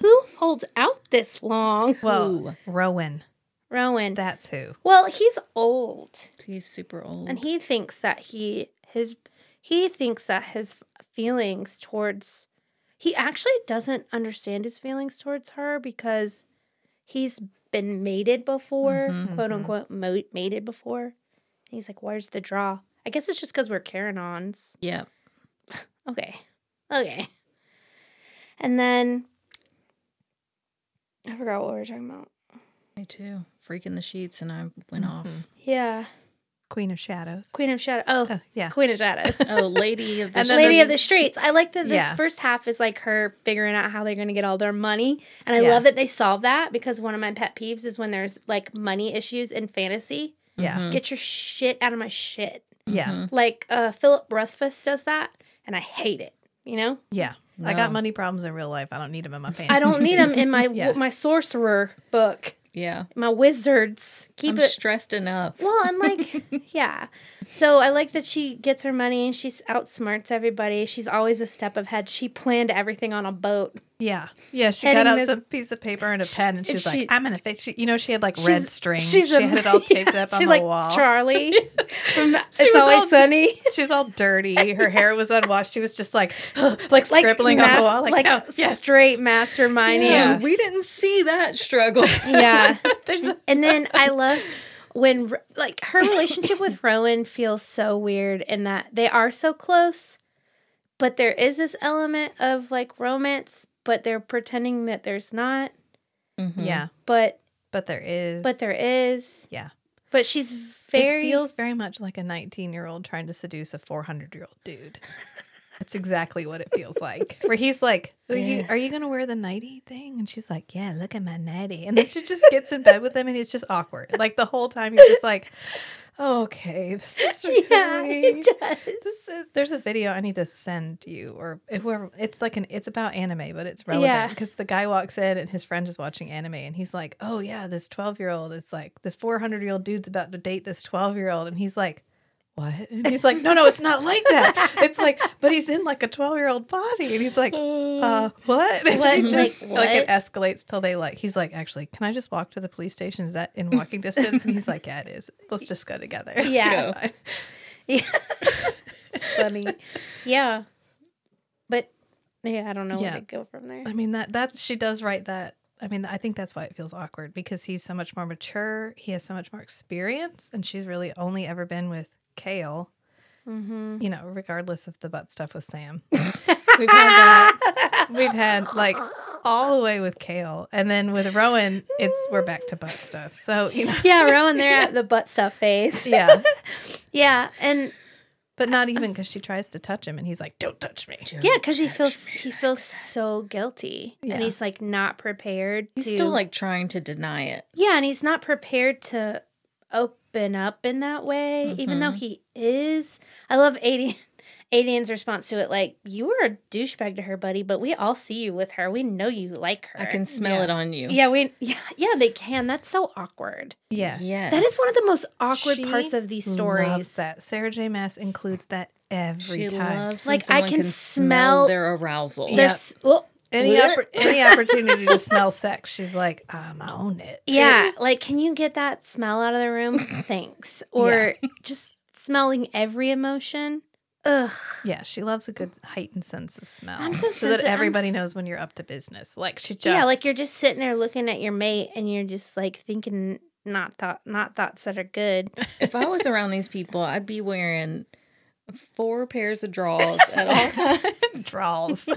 Speaker 3: who holds out this long?
Speaker 1: Well, Rowan.
Speaker 3: Rowan.
Speaker 1: That's who.
Speaker 3: well, he's old,
Speaker 4: He's super old.
Speaker 3: and he thinks that he his he thinks that his feelings towards he actually doesn't understand his feelings towards her because he's been mated before,
Speaker 4: Mhm.
Speaker 3: quote unquote, mo- mated before. And he's like, "Where's the draw?" I guess it's just because we're Karenons.
Speaker 4: yeah.
Speaker 3: Okay, okay. And then I forgot what we were talking about.
Speaker 4: Me too. Freak in the sheets, and I went off.
Speaker 1: Mm-hmm.
Speaker 3: Yeah,
Speaker 1: Queen of Shadows.
Speaker 3: Queen of Shadow. Oh,
Speaker 1: Oh, yeah.
Speaker 3: Queen of Shadows.
Speaker 4: Oh, lady of the
Speaker 1: And then
Speaker 3: Lady
Speaker 1: there's-
Speaker 3: of the Streets. I like that this
Speaker 1: Yeah.
Speaker 3: first half is like her figuring out how they're going to get all their money. And I
Speaker 1: Yeah.
Speaker 3: love that they solve that because one of my pet peeves is when there's like money issues in fantasy.
Speaker 1: Yeah.
Speaker 4: Mhm.
Speaker 3: Get your shit out of my shit.
Speaker 1: Yeah.
Speaker 4: Mhm.
Speaker 3: Like uh, Philip Rothfuss does that, and I hate it. You know,
Speaker 1: Yeah. I
Speaker 4: No.
Speaker 1: got money problems in real life. I don't need them in my fantasy.
Speaker 3: I don't need them in my
Speaker 1: Yeah.
Speaker 3: my sorcerer book,
Speaker 4: Yeah.
Speaker 3: my wizards. Keep
Speaker 4: I'm
Speaker 3: it
Speaker 4: stressed enough.
Speaker 3: Well, and like, yeah. So I like that she gets her money and she outsmarts everybody. She's always a step ahead. She planned everything on a boat.
Speaker 1: Yeah. Yeah. She
Speaker 3: Heading
Speaker 1: got out
Speaker 3: this-
Speaker 1: some piece of paper and a pen and she
Speaker 3: and
Speaker 1: was
Speaker 3: she-
Speaker 1: like, I'm going to fix you. You know, she had like red string.
Speaker 3: She's
Speaker 1: she
Speaker 3: a-
Speaker 1: had it all taped up on
Speaker 3: she's
Speaker 1: the
Speaker 3: like
Speaker 1: wall.
Speaker 3: Charlie from It's
Speaker 1: was
Speaker 3: Always
Speaker 1: all-
Speaker 3: Sunny.
Speaker 1: she was all dirty. Her hair was unwashed. She was just like, like
Speaker 3: Like
Speaker 1: scribbling on
Speaker 3: mas-
Speaker 1: the wall. Like, no, yes.
Speaker 3: straight masterminding.
Speaker 1: Yeah.
Speaker 4: we didn't see that struggle.
Speaker 3: yeah.
Speaker 1: There's a,
Speaker 3: And then I love when R- like her relationship with Rowan feels so weird in that they are so close, but there is this element of like romance, but they're pretending that there's not.
Speaker 4: Mhm.
Speaker 1: yeah.
Speaker 3: But
Speaker 1: But there is.
Speaker 3: Mm-hmm. but there is.
Speaker 1: Yeah.
Speaker 3: But she's very
Speaker 1: It feels very much like a 19 year old trying to seduce a 400 year old dude. That's exactly what it feels like. Where he's like, Are you, are you going to wear the nighty thing? And she's like, Yeah, look at my nighty. And then she just gets in bed with him and it's just awkward. Like the whole time you're just like, Okay, this is really.
Speaker 3: yeah, it does.
Speaker 1: This is, there's a video I need to send you or whoever. It's like an it's about anime, but it's relevant
Speaker 3: Yeah.
Speaker 1: because the guy walks in and his friend is watching anime and he's like, "Oh yeah, this 12 year old. It's like this 400 year old dude's about to date this 12 year old," and he's like. What? And he's like, no, no, it's not like that. It's like, but he's in like a twelve-year-old body, and he's like, uh, what? And
Speaker 3: What?
Speaker 1: he just-
Speaker 3: Like,
Speaker 1: like it
Speaker 3: what?
Speaker 1: escalates till they like. He's like, actually, can I just walk to the police station? Is that in walking distance? And he's like, yeah, it is. Let's just go together. It's
Speaker 3: Yeah.
Speaker 1: fine.
Speaker 3: funny. Yeah. But yeah, I don't know
Speaker 1: Yeah.
Speaker 3: where to go from there.
Speaker 1: I mean that that she does write that. I mean, I think that's why it feels awkward because he's so much more mature. He has so much more experience, and she's really only ever been with Kale.
Speaker 3: Mm-hmm.
Speaker 1: You know, regardless of the butt stuff with Sam, we've had that. We've had like all the way with Kale, and then with Rowan, it's we're back to butt stuff. So you know,
Speaker 3: Yeah, Rowan, they're at the butt stuff phase.
Speaker 1: yeah,
Speaker 3: Yeah, and
Speaker 1: but not even because she tries to touch him, and he's like, "Don't touch me."
Speaker 3: yeah, because he feels he feels so guilty, and he's like not prepared.
Speaker 4: He's
Speaker 3: to,
Speaker 4: still like trying to deny it.
Speaker 3: yeah, and he's not prepared to open up in that way, even though
Speaker 4: Mm-hmm.
Speaker 3: he is. I love Adian. Adian's response to it, like, you were a douchebag to her, buddy, but we all see you with her. We know you like her.
Speaker 4: I can smell it on you.
Speaker 3: Yeah, we. Yeah, yeah, they can. That's so awkward.
Speaker 1: Yes.
Speaker 4: Yes.
Speaker 3: That is one of the most awkward
Speaker 1: She
Speaker 3: parts of these
Speaker 1: Loves
Speaker 3: stories.
Speaker 1: that Sarah J. Mass includes that every
Speaker 4: She
Speaker 1: time.
Speaker 4: loves
Speaker 3: Like,
Speaker 4: like
Speaker 3: I
Speaker 4: I
Speaker 3: can
Speaker 4: can, smell
Speaker 3: smell-
Speaker 4: their arousal.
Speaker 1: Yeah.
Speaker 3: There's well,
Speaker 1: any
Speaker 3: Blech.
Speaker 1: oppor- any opportunity to smell sex, she's like, "I'm own it."
Speaker 3: yeah, like can you get that smell out of the room? Thanks. Or just smelling every emotion. Ugh.
Speaker 1: Yeah, she loves a good heightened sense of smell.
Speaker 3: I'm
Speaker 1: so
Speaker 3: so
Speaker 1: that
Speaker 3: sensitive. I'm-
Speaker 1: everybody knows when you're up to business. Like she just
Speaker 3: Yeah, like you're just sitting there looking at your mate, and you're just like thinking not thought not thoughts that are good.
Speaker 4: if I was around these people, I'd be wearing four pairs of drawers at all times.
Speaker 1: draws
Speaker 3: Some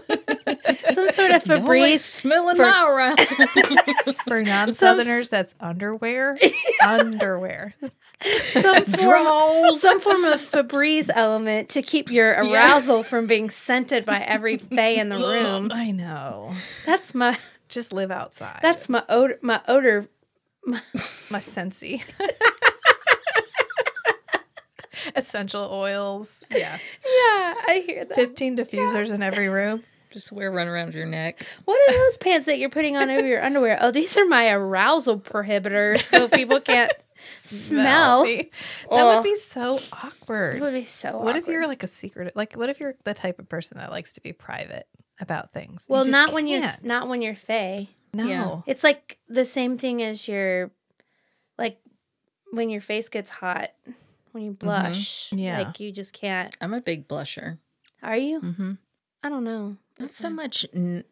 Speaker 3: sort of
Speaker 4: No one's
Speaker 3: Febreze.
Speaker 4: smelling my arousal.
Speaker 1: for non-southerners. That's underwear, underwear.
Speaker 3: some form, some form of Febreze element to keep your arousal from being scented by every fay in the room.
Speaker 1: I know.
Speaker 3: That's my
Speaker 1: Just live outside.
Speaker 3: that's my odor my odor.
Speaker 1: my sensei. Essential oils. Yeah,
Speaker 3: Yeah, I hear that.
Speaker 1: fifteen diffusers in every room.
Speaker 4: Just wear one around your neck.
Speaker 3: What are those pants that you're putting on over your underwear? Oh, these are my arousal prohibitors, so people can't smell. It
Speaker 1: Me. That would
Speaker 3: Ugh.
Speaker 1: be so awkward.
Speaker 3: would be so.
Speaker 1: What if
Speaker 3: awkward.
Speaker 1: you're like a secret? Like, what if you're the type of person that likes to be private about things? You
Speaker 3: Well,
Speaker 1: just
Speaker 3: not when you're
Speaker 1: can't.
Speaker 3: not when you're fey.
Speaker 1: No.
Speaker 4: Yeah.
Speaker 3: It's like the same thing as your, like, when your face gets hot, when you blush.
Speaker 1: Mm-hmm. Yeah.
Speaker 3: like you just can't.
Speaker 4: I'm a big blusher.
Speaker 3: Are you?
Speaker 4: Mm-hmm.
Speaker 3: I don't know.
Speaker 4: Not so much n-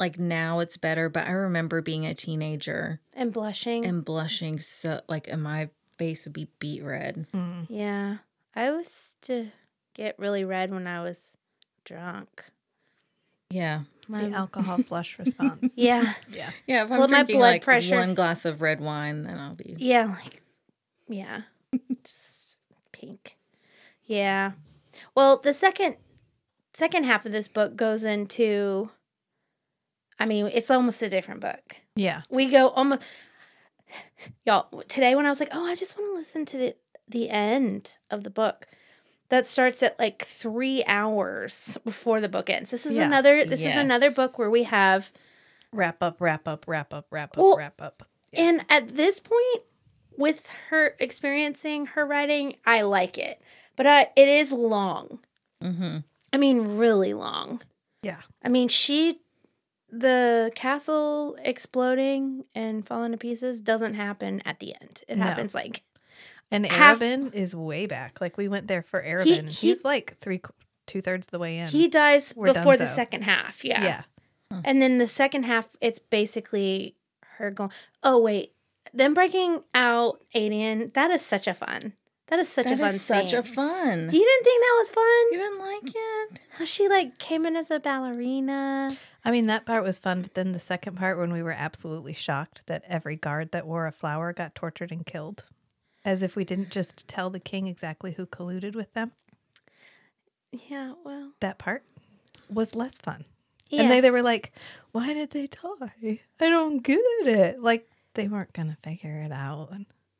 Speaker 4: like now it's better, but I remember being a teenager
Speaker 3: And blushing.
Speaker 4: and blushing so like and my face would be beet red.
Speaker 1: Mm.
Speaker 3: yeah, I used to get really red when I was drunk.
Speaker 4: Yeah.
Speaker 1: The
Speaker 3: My,
Speaker 1: alcohol flush response.
Speaker 3: yeah.
Speaker 1: Um, Yeah.
Speaker 4: Yeah, if I'm
Speaker 3: Well, my
Speaker 4: drinking
Speaker 3: blood
Speaker 4: like
Speaker 3: pressure-
Speaker 4: one glass of red wine, then I'll be
Speaker 3: Yeah, like yeah. Just pink. Yeah. Well, the second second half of this book goes into I mean, it's almost a different book.
Speaker 1: Yeah.
Speaker 3: We go almost Y'all, today when I was like, "Oh, I just want to listen to the the end of the book." That starts at like 3 hours before the book ends. This is
Speaker 1: Yeah.
Speaker 3: another this is
Speaker 4: Yes.
Speaker 3: another book where we have
Speaker 1: Wrap up, wrap up, wrap up, wrap up,
Speaker 3: Well-
Speaker 1: wrap up.
Speaker 3: And at this point, with her experiencing her writing, I like it, but I, it is long.
Speaker 4: Mhm.
Speaker 3: I mean, really long.
Speaker 1: Yeah.
Speaker 3: I mean, she, the castle exploding and falling to pieces doesn't happen at the end. It
Speaker 1: No.
Speaker 3: happens like
Speaker 1: And
Speaker 3: Half-
Speaker 1: Arabin is way back. Like, we went there for Arabin.
Speaker 3: he-
Speaker 1: He's like three, two thirds the way in.
Speaker 3: he dies
Speaker 1: We're
Speaker 3: before the
Speaker 1: donezo.
Speaker 3: second half. Yeah.
Speaker 1: yeah.
Speaker 3: And then the second half, it's basically her going, oh, wait. Them breaking out Aiden, that is such a fun. That is such
Speaker 4: That
Speaker 3: a fun
Speaker 4: is such
Speaker 3: scene.
Speaker 4: a fun.
Speaker 3: You didn't think that was
Speaker 4: You
Speaker 3: fun?
Speaker 4: didn't like it?
Speaker 3: How she like came in as a ballerina.
Speaker 1: I mean, that part was fun. But then the second part, when we were absolutely shocked that every guard that wore a flower got tortured and killed, as if we didn't just tell the king exactly who colluded with them,
Speaker 3: Yeah, well.
Speaker 1: that part was less fun.
Speaker 3: Yeah.
Speaker 1: And they, they were like, why did they die? I don't get it. Like, they weren't going to figure it out.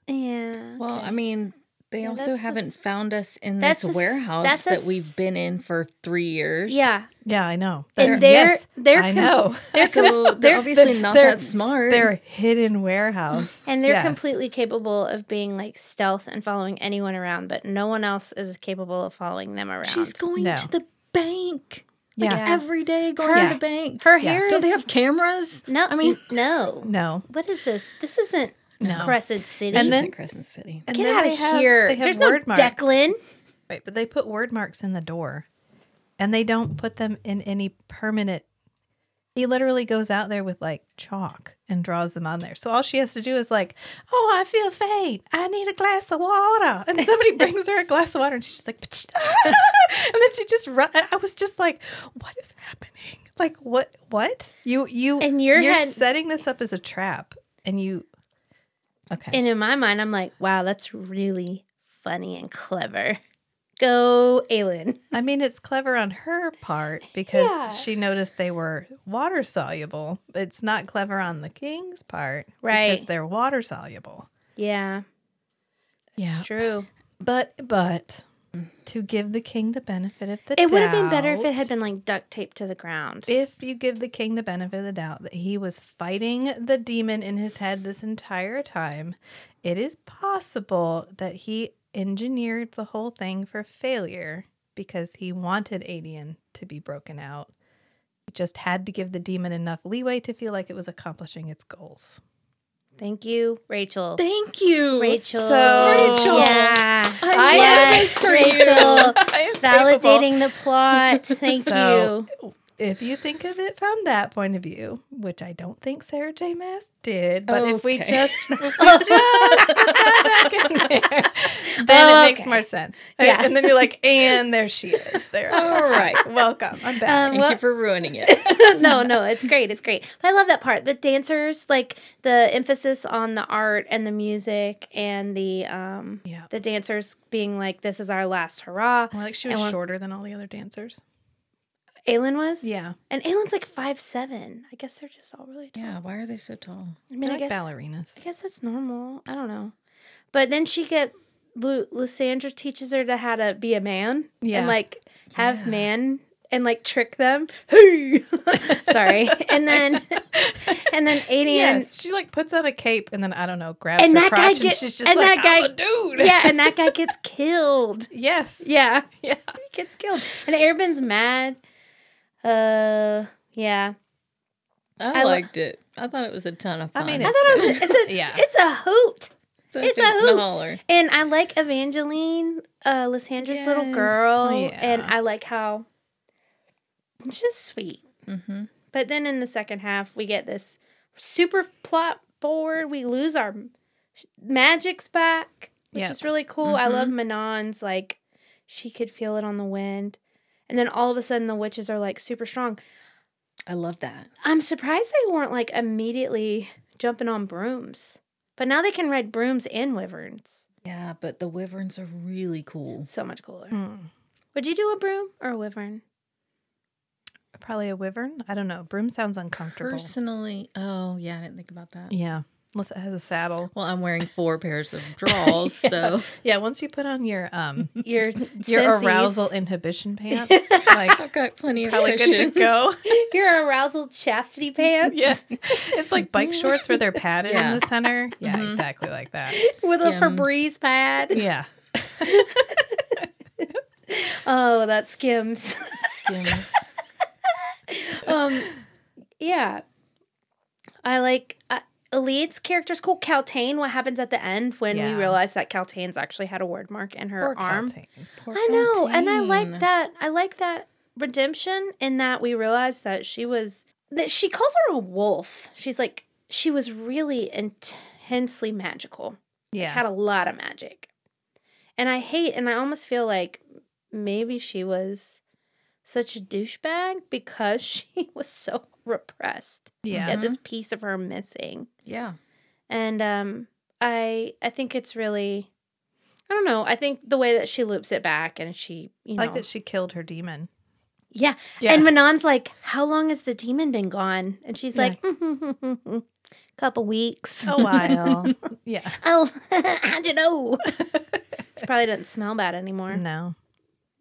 Speaker 3: yeah.
Speaker 4: Well, I mean, they
Speaker 3: Yeah,
Speaker 4: also
Speaker 3: that's a s-
Speaker 4: haven't found us in
Speaker 3: that's
Speaker 4: this
Speaker 3: a s-
Speaker 4: warehouse
Speaker 3: that's a
Speaker 4: that
Speaker 3: s-
Speaker 4: we've been in for three years.
Speaker 3: yeah.
Speaker 1: Yeah, I know.
Speaker 3: and they're
Speaker 1: yes,
Speaker 3: they're
Speaker 1: I
Speaker 3: com-
Speaker 1: know.
Speaker 3: they're com-
Speaker 4: So they're obviously not
Speaker 1: they're-
Speaker 4: that smart.
Speaker 1: Their hidden warehouse.
Speaker 3: and they're
Speaker 1: Yes.
Speaker 3: completely capable of being like stealth and following anyone around, but no one else is capable of following them around.
Speaker 4: She's going
Speaker 1: No.
Speaker 4: to the bank. Like
Speaker 1: Yeah.
Speaker 4: every day going
Speaker 1: Her-
Speaker 4: to the bank.
Speaker 3: her
Speaker 1: Yeah.
Speaker 3: hair
Speaker 4: Don't
Speaker 3: is
Speaker 4: they have cameras?
Speaker 3: no.
Speaker 4: I mean,
Speaker 3: no.
Speaker 1: No.
Speaker 3: What is this? This isn't
Speaker 1: No.
Speaker 3: Crescent City.
Speaker 1: And then-
Speaker 4: in Crescent City.
Speaker 1: And
Speaker 3: get
Speaker 1: then
Speaker 3: out
Speaker 1: they
Speaker 3: of
Speaker 1: have-
Speaker 3: here.
Speaker 1: They have
Speaker 3: There's
Speaker 1: word
Speaker 3: no
Speaker 1: marks.
Speaker 3: Declan.
Speaker 1: Right, but they put word marks in the door. And they don't put them in any permanent he literally goes out there with like chalk and draws them on there. So all she has to do is like, "Oh, I feel faint. I need a glass of water." And somebody brings her a glass of water, and she's just like, and then she just run. I I was just like, "What is happening?" Like what? What you you
Speaker 3: In your
Speaker 1: you're
Speaker 3: head-
Speaker 1: setting this up as a trap, and you. Okay.
Speaker 3: And in my mind, I'm like, wow, that's really funny and clever. Go, Aylin.
Speaker 1: I mean, it's clever on her part because
Speaker 3: Yeah.
Speaker 1: she noticed they were water soluble. It's not clever on the king's part because
Speaker 3: Right.
Speaker 1: they're water soluble.
Speaker 3: Yeah,
Speaker 1: Yeah.
Speaker 3: it's true.
Speaker 1: But but to give the king the benefit of the doubt.
Speaker 3: It would have been better if it had been like duct taped to the ground.
Speaker 1: If you give the king the benefit of the doubt that he was fighting the demon in his head this entire time, it is possible that he engineered the whole thing for failure because he wanted Adian to be broken out. He just had to give the demon enough leeway to feel like it was accomplishing its goals.
Speaker 3: Thank you, Rachel.
Speaker 2: Thank you.
Speaker 3: Rachel.
Speaker 1: So- Rachel.
Speaker 3: Yeah.
Speaker 2: I
Speaker 3: yes, Rachel.
Speaker 1: I am capable.
Speaker 3: Validating the plot. Thank
Speaker 1: So-
Speaker 3: you.
Speaker 1: if you think of it from that point of view, which I don't think Sarah J. Mass did, but if we
Speaker 4: Okay.
Speaker 1: just, if we just put that back in there, then it makes
Speaker 3: Okay.
Speaker 1: more sense.
Speaker 3: Yeah.
Speaker 1: And then you're like, and there she is. There. I am.
Speaker 4: All right.
Speaker 1: Welcome. I'm back.
Speaker 3: Um,
Speaker 4: Thank
Speaker 3: Well-
Speaker 4: you for ruining it.
Speaker 3: no, no, it's great. It's great. But I love that part. The dancers, like the emphasis on the art and the music and the um
Speaker 1: Yeah.
Speaker 3: the dancers being like, This is our last hurrah.
Speaker 1: well, like she
Speaker 3: and
Speaker 1: was
Speaker 3: when-
Speaker 1: shorter than all the other dancers.
Speaker 3: Aylin was?
Speaker 1: Yeah.
Speaker 3: And Aylin's like five seven. I guess they're just all really tall.
Speaker 4: yeah. Why are they so tall?
Speaker 3: I
Speaker 1: They're
Speaker 3: mean I
Speaker 1: like
Speaker 3: guess
Speaker 1: ballerinas.
Speaker 3: I guess that's normal. I don't know. But then she get Lu- Lysandra teaches her to how to be a man.
Speaker 1: Yeah.
Speaker 3: And like have man and like trick them. Hey. Sorry. And then and then Adian
Speaker 1: Yes. She like puts on a cape and then I don't know, grabs
Speaker 3: And
Speaker 1: her
Speaker 3: that guy
Speaker 1: crotch and
Speaker 3: get-
Speaker 1: she's just
Speaker 3: and
Speaker 1: like,
Speaker 3: that guy-
Speaker 1: "I'm a dude.
Speaker 3: yeah, and that guy gets killed.
Speaker 1: Yes.
Speaker 3: Yeah,
Speaker 1: Yeah.
Speaker 3: he gets killed. And Airbin's mad. Uh, yeah.
Speaker 4: I,
Speaker 3: I lo-
Speaker 4: liked it. I thought it was a ton of
Speaker 1: I
Speaker 4: fun.
Speaker 1: mean,
Speaker 3: I thought it was it's a
Speaker 1: Yeah.
Speaker 3: it's a hoot. it's a
Speaker 4: hoot
Speaker 3: hoot.
Speaker 4: and holler.
Speaker 3: And I like Evangeline, uh, Lysandra's little
Speaker 4: Yes,
Speaker 3: girl,
Speaker 1: Oh, yeah.
Speaker 3: and I like how it's just sweet.
Speaker 4: Mm-hmm.
Speaker 3: But then in the second half, we get this super plot forward. We lose our m- sh- magics back, which
Speaker 1: Yep. Mm-hmm.
Speaker 3: is really cool. I love Manon's like she could feel it on the wind, and then all of a sudden the witches are like super strong.
Speaker 4: I love that.
Speaker 3: I'm surprised they weren't like immediately jumping on brooms, but now they can ride brooms and wyverns.
Speaker 4: Yeah, but the wyverns are really cool.
Speaker 3: So much cooler.
Speaker 1: Hmm.
Speaker 3: Would you do a broom or a wyvern?
Speaker 1: Probably a wyvern. I don't know. Broom sounds uncomfortable.
Speaker 4: Personally, oh yeah, I didn't think about that.
Speaker 1: yeah. Unless it has a saddle.
Speaker 4: Well, I'm wearing four pairs of drawers, so
Speaker 1: Yeah, once you put on your um
Speaker 3: Your
Speaker 1: your
Speaker 3: senses-
Speaker 1: arousal inhibition pants, like
Speaker 4: I've got plenty of
Speaker 1: probably good to
Speaker 4: cushions.
Speaker 1: go.
Speaker 3: your arousal chastity pants.
Speaker 1: yes, it's like bike shorts where they're padded
Speaker 4: Yeah.
Speaker 1: in the center. Yeah,
Speaker 3: Mm-hmm.
Speaker 1: exactly like that.
Speaker 3: With a
Speaker 4: Skims.
Speaker 3: Febreze pad.
Speaker 1: Yeah,
Speaker 3: Oh, that skims.
Speaker 4: Skims.
Speaker 3: um, yeah, I like uh, Elite's character's cool. Caltaine. What happens at the end when
Speaker 1: Yeah.
Speaker 3: we realize that Caltaine's actually had a word mark in her
Speaker 1: Poor
Speaker 3: arm?
Speaker 1: Caltaine.
Speaker 4: Poor
Speaker 3: I know, and I
Speaker 4: Fontaine.
Speaker 3: like that. I like that redemption in that we realize that she was that she calls her a wolf. She's like she was really intensely magical.
Speaker 1: Yeah,
Speaker 3: had a lot of magic. And I hate, and I almost feel like maybe she was such a douchebag because she was so repressed.
Speaker 1: yeah. Mm-hmm.
Speaker 3: She had this piece of her missing.
Speaker 4: Yeah.
Speaker 3: And um, I I think it's really, I don't know. I think the way that she loops it back and she, you
Speaker 1: I
Speaker 3: know,
Speaker 1: like that she killed her demon.
Speaker 3: yeah.
Speaker 1: Yeah.
Speaker 3: And Manon's like, "How long has the demon been gone?" And she's
Speaker 1: Yeah.
Speaker 3: like, "Mm-hmm, "Couple weeks."
Speaker 1: A while. yeah.
Speaker 3: Oh, how'd you know? she probably doesn't smell bad anymore.
Speaker 1: No.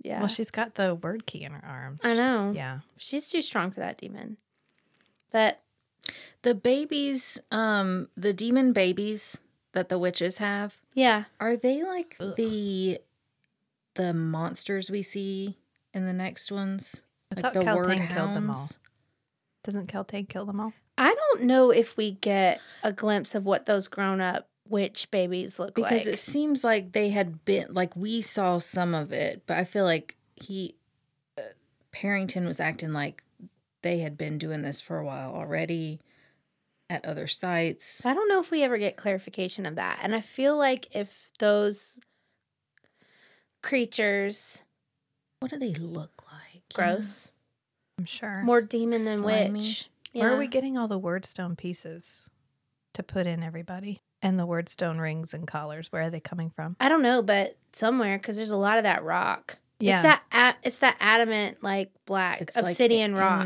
Speaker 3: Yeah.
Speaker 1: Mm. Well, she's got the word key in her arm.
Speaker 3: I know.
Speaker 1: Yeah.
Speaker 3: She's too strong for that demon. But
Speaker 4: The babies, um, the demon babies that the witches have,
Speaker 3: yeah.
Speaker 4: are they like
Speaker 1: Ugh.
Speaker 4: the the monsters we see in the next ones?
Speaker 1: I
Speaker 4: like
Speaker 1: thought
Speaker 4: the word
Speaker 1: Caltaine killed them all.
Speaker 4: hounds?
Speaker 1: Doesn't Caltaine kill them all?
Speaker 3: I don't know if we get a glimpse of what those grown up witch babies look
Speaker 4: Because
Speaker 3: like.
Speaker 4: it seems like they had been like we saw some of it, but I feel like he uh, Parrington was acting like they had been doing this for a while already at other sites.
Speaker 3: I don't know if we ever get clarification of that. And I feel like if those creatures
Speaker 4: What do they look like? you know?
Speaker 3: gross.
Speaker 1: I'm sure.
Speaker 3: More demon than
Speaker 4: Slimy.
Speaker 3: witch.
Speaker 1: Where
Speaker 3: Yeah.
Speaker 1: are we getting all the wordstone pieces to put in everybody? And the wordstone rings and collars. Where are they coming from?
Speaker 3: I don't know, but somewhere because there's a lot of that rock.
Speaker 1: Yeah.
Speaker 3: It's that a- it's that adamant like black
Speaker 4: It's like
Speaker 3: obsidian
Speaker 4: in-
Speaker 3: rock.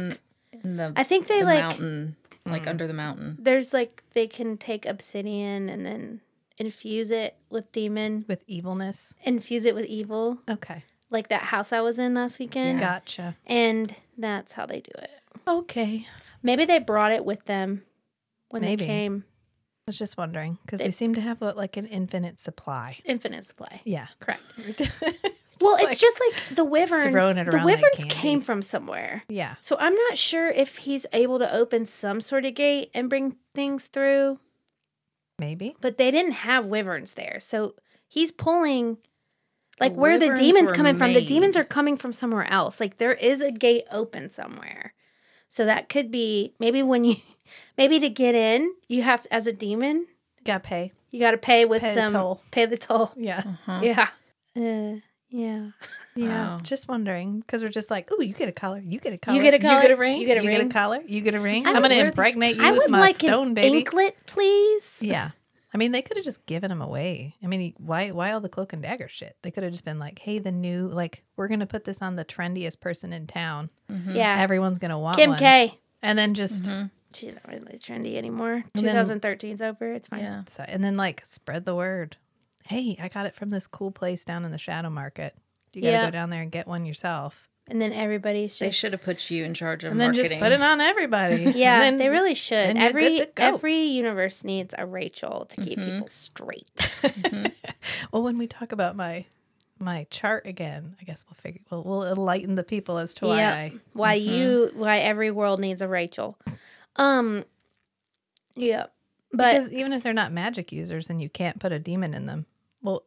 Speaker 4: in the,
Speaker 3: I think they
Speaker 4: the
Speaker 3: like
Speaker 4: mountain, like under the mountain.
Speaker 3: there's like they can take obsidian and then infuse it with demon,
Speaker 1: With evilness.
Speaker 3: infuse it with evil,
Speaker 1: Okay.
Speaker 3: like that house I was in last weekend.
Speaker 1: Gotcha.
Speaker 3: And that's how they do it.
Speaker 1: Okay.
Speaker 3: Maybe they brought it with them when
Speaker 1: Maybe.
Speaker 3: they came.
Speaker 1: I was just wondering because we seem to have what, like an infinite supply.
Speaker 3: It's infinite supply.
Speaker 1: Yeah.
Speaker 3: Correct.
Speaker 1: Just
Speaker 3: well,
Speaker 1: like-
Speaker 3: it's just like the wyverns.
Speaker 1: throwing it
Speaker 3: the
Speaker 1: around like
Speaker 3: wyverns
Speaker 1: candy.
Speaker 3: came from somewhere.
Speaker 1: yeah.
Speaker 3: So I'm not sure if he's able to open some sort of gate and bring things through,
Speaker 1: Maybe.
Speaker 3: but they didn't have wyverns there. So he's pulling like
Speaker 4: The
Speaker 3: where the
Speaker 4: wyverns
Speaker 3: demons
Speaker 4: were
Speaker 3: coming from. The
Speaker 4: made.
Speaker 3: demons are coming from somewhere else. Like there is a gate open somewhere. So that could be maybe when you maybe to get in, you have as a demon,
Speaker 1: Got pay.
Speaker 3: you got to pay with
Speaker 1: Pay the
Speaker 3: some
Speaker 1: toll.
Speaker 3: pay the toll.
Speaker 1: Yeah.
Speaker 4: Uh-huh.
Speaker 3: Yeah. Uh, yeah.
Speaker 1: Yeah.
Speaker 4: Wow.
Speaker 1: Just wondering because we're just like, oh, you get a collar. You get a collar.
Speaker 3: get a
Speaker 1: You get
Speaker 3: collar,
Speaker 1: a ring.
Speaker 3: you get a ring."
Speaker 1: collar. You get a ring.
Speaker 3: I
Speaker 1: I'm
Speaker 3: would
Speaker 1: going
Speaker 4: wear
Speaker 1: to
Speaker 4: this-
Speaker 1: impregnate you
Speaker 3: I
Speaker 1: with
Speaker 3: would
Speaker 1: my
Speaker 3: like
Speaker 1: stone
Speaker 3: an
Speaker 1: baby.
Speaker 3: anklet, please.
Speaker 1: Yeah. I mean, they could have just given him away. I mean, why why all the cloak and dagger shit? They could have just been like, "Hey, the new like we're going to put this on the trendiest person in town.
Speaker 3: Yeah.
Speaker 1: Everyone's going to want
Speaker 3: Kim
Speaker 1: one."
Speaker 3: K. Mm-hmm.
Speaker 1: And then just
Speaker 3: She's not really trendy anymore.
Speaker 1: And then-
Speaker 3: 2013's over. It's fine.
Speaker 4: Yeah.
Speaker 1: so, and then like spread the word. "Hey, I got it from this cool place down in the Shadow Market. You got to
Speaker 3: Yeah.
Speaker 1: go down there and get one yourself."
Speaker 3: And then everybody's just.
Speaker 4: They should have put you in charge of
Speaker 1: And then
Speaker 4: marketing.
Speaker 1: just put it on everybody. And
Speaker 3: Yeah,
Speaker 1: then-
Speaker 3: they really should.
Speaker 1: then you're good
Speaker 3: Every
Speaker 1: to go.
Speaker 3: every universe needs a Rachel to keep people straight.
Speaker 4: Mm-hmm.
Speaker 1: Well, when we talk about my my chart again, I guess we'll figure we'll, we'll enlighten the people as to why
Speaker 3: Yep.
Speaker 1: I
Speaker 3: Why you? Why every world needs a Rachel? Um. Yeah, but
Speaker 1: because even if they're not magic users and you can't put a demon in them, well,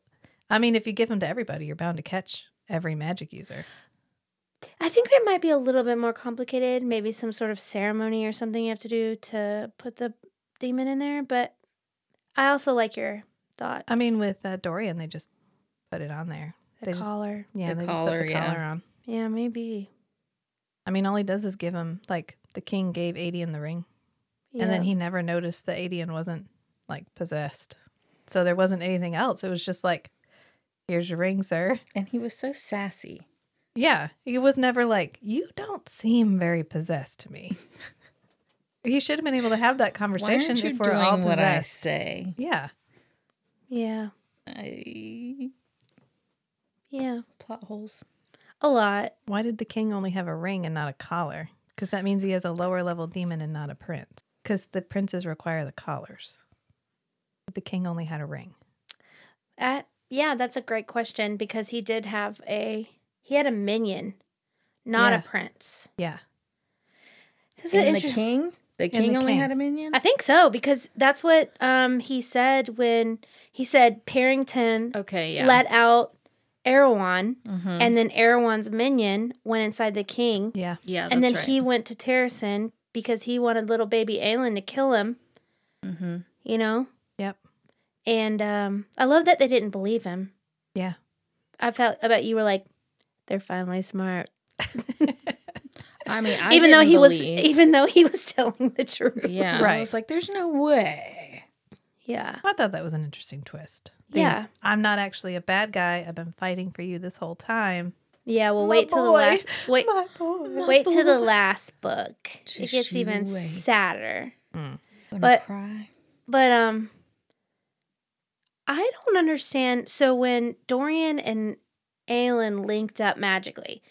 Speaker 1: I mean, if you give them to everybody, you're bound to catch every magic user.
Speaker 3: I think it might be a little bit more complicated. Maybe some sort of ceremony or something you have to do to put the demon in there. But I also like your thoughts.
Speaker 1: I mean, with uh, Dorian, they just put it on there.
Speaker 3: the
Speaker 1: they just-
Speaker 3: collar.
Speaker 1: Yeah,
Speaker 4: The
Speaker 1: they just
Speaker 4: collar,
Speaker 1: put the
Speaker 4: yeah.
Speaker 1: collar on.
Speaker 3: Yeah, maybe.
Speaker 1: I mean, all he does is give him like the king gave Adian the ring, and then
Speaker 3: Yeah.
Speaker 1: he never noticed that Adian wasn't like possessed, so there wasn't anything else. It was just like, here's your ring, sir.
Speaker 4: and he was so sassy.
Speaker 1: Yeah, he was never like, you don't seem very possessed to me. he should have been able to have that
Speaker 4: Why
Speaker 1: conversation
Speaker 4: aren't you
Speaker 1: before all
Speaker 4: doing
Speaker 1: possessed.
Speaker 4: what I say?
Speaker 1: Yeah,
Speaker 3: Yeah,
Speaker 4: I...
Speaker 3: yeah,
Speaker 4: Plot holes.
Speaker 3: a lot.
Speaker 1: why did the king only have a ring and not a collar? Because that means he has a lower level demon and not a prince. Because the princes require the collars. But the king only had a ring.
Speaker 3: At yeah, that's a great question because he did have a he had a minion, not
Speaker 1: Yeah.
Speaker 3: a prince.
Speaker 1: Yeah,
Speaker 3: Is it
Speaker 4: And the
Speaker 3: interesting?
Speaker 4: king? The king
Speaker 1: the
Speaker 4: only
Speaker 1: king.
Speaker 4: had a minion?
Speaker 3: I think so because that's what um he said when he said Parrington
Speaker 4: okay, Oh, yeah.
Speaker 3: let out Erewhon,
Speaker 4: Mhm.
Speaker 3: and then Erewhon's minion went inside the king,
Speaker 1: yeah,
Speaker 4: yeah,
Speaker 3: and then
Speaker 4: that's
Speaker 3: he
Speaker 4: right.
Speaker 3: went to Terrison because he wanted little baby Aelin to kill him.
Speaker 4: Mhm.
Speaker 3: You know,
Speaker 1: yep,
Speaker 3: and um, I love that they didn't believe him.
Speaker 1: yeah.
Speaker 3: I felt about you were like, they're finally smart.
Speaker 4: I mean, I
Speaker 3: even though
Speaker 4: didn't
Speaker 3: he
Speaker 4: believe-
Speaker 3: was, even though he was telling the truth.
Speaker 4: yeah, I
Speaker 1: Right.
Speaker 4: was like, there's no way.
Speaker 3: yeah,
Speaker 1: I thought that was an interesting twist.
Speaker 3: yeah,
Speaker 1: I'm not actually a bad guy. I've been fighting for you this whole time.
Speaker 3: yeah. Well,
Speaker 1: My
Speaker 3: wait till the
Speaker 1: boy.
Speaker 3: last. Wait,
Speaker 1: My boy.
Speaker 3: wait till the last book. it
Speaker 4: Just
Speaker 3: gets
Speaker 4: you
Speaker 3: even
Speaker 4: wait.
Speaker 3: sadder.
Speaker 4: Gonna
Speaker 3: But-
Speaker 4: cry.
Speaker 3: But um, I don't understand. So when Dorian and Aelin linked up magically,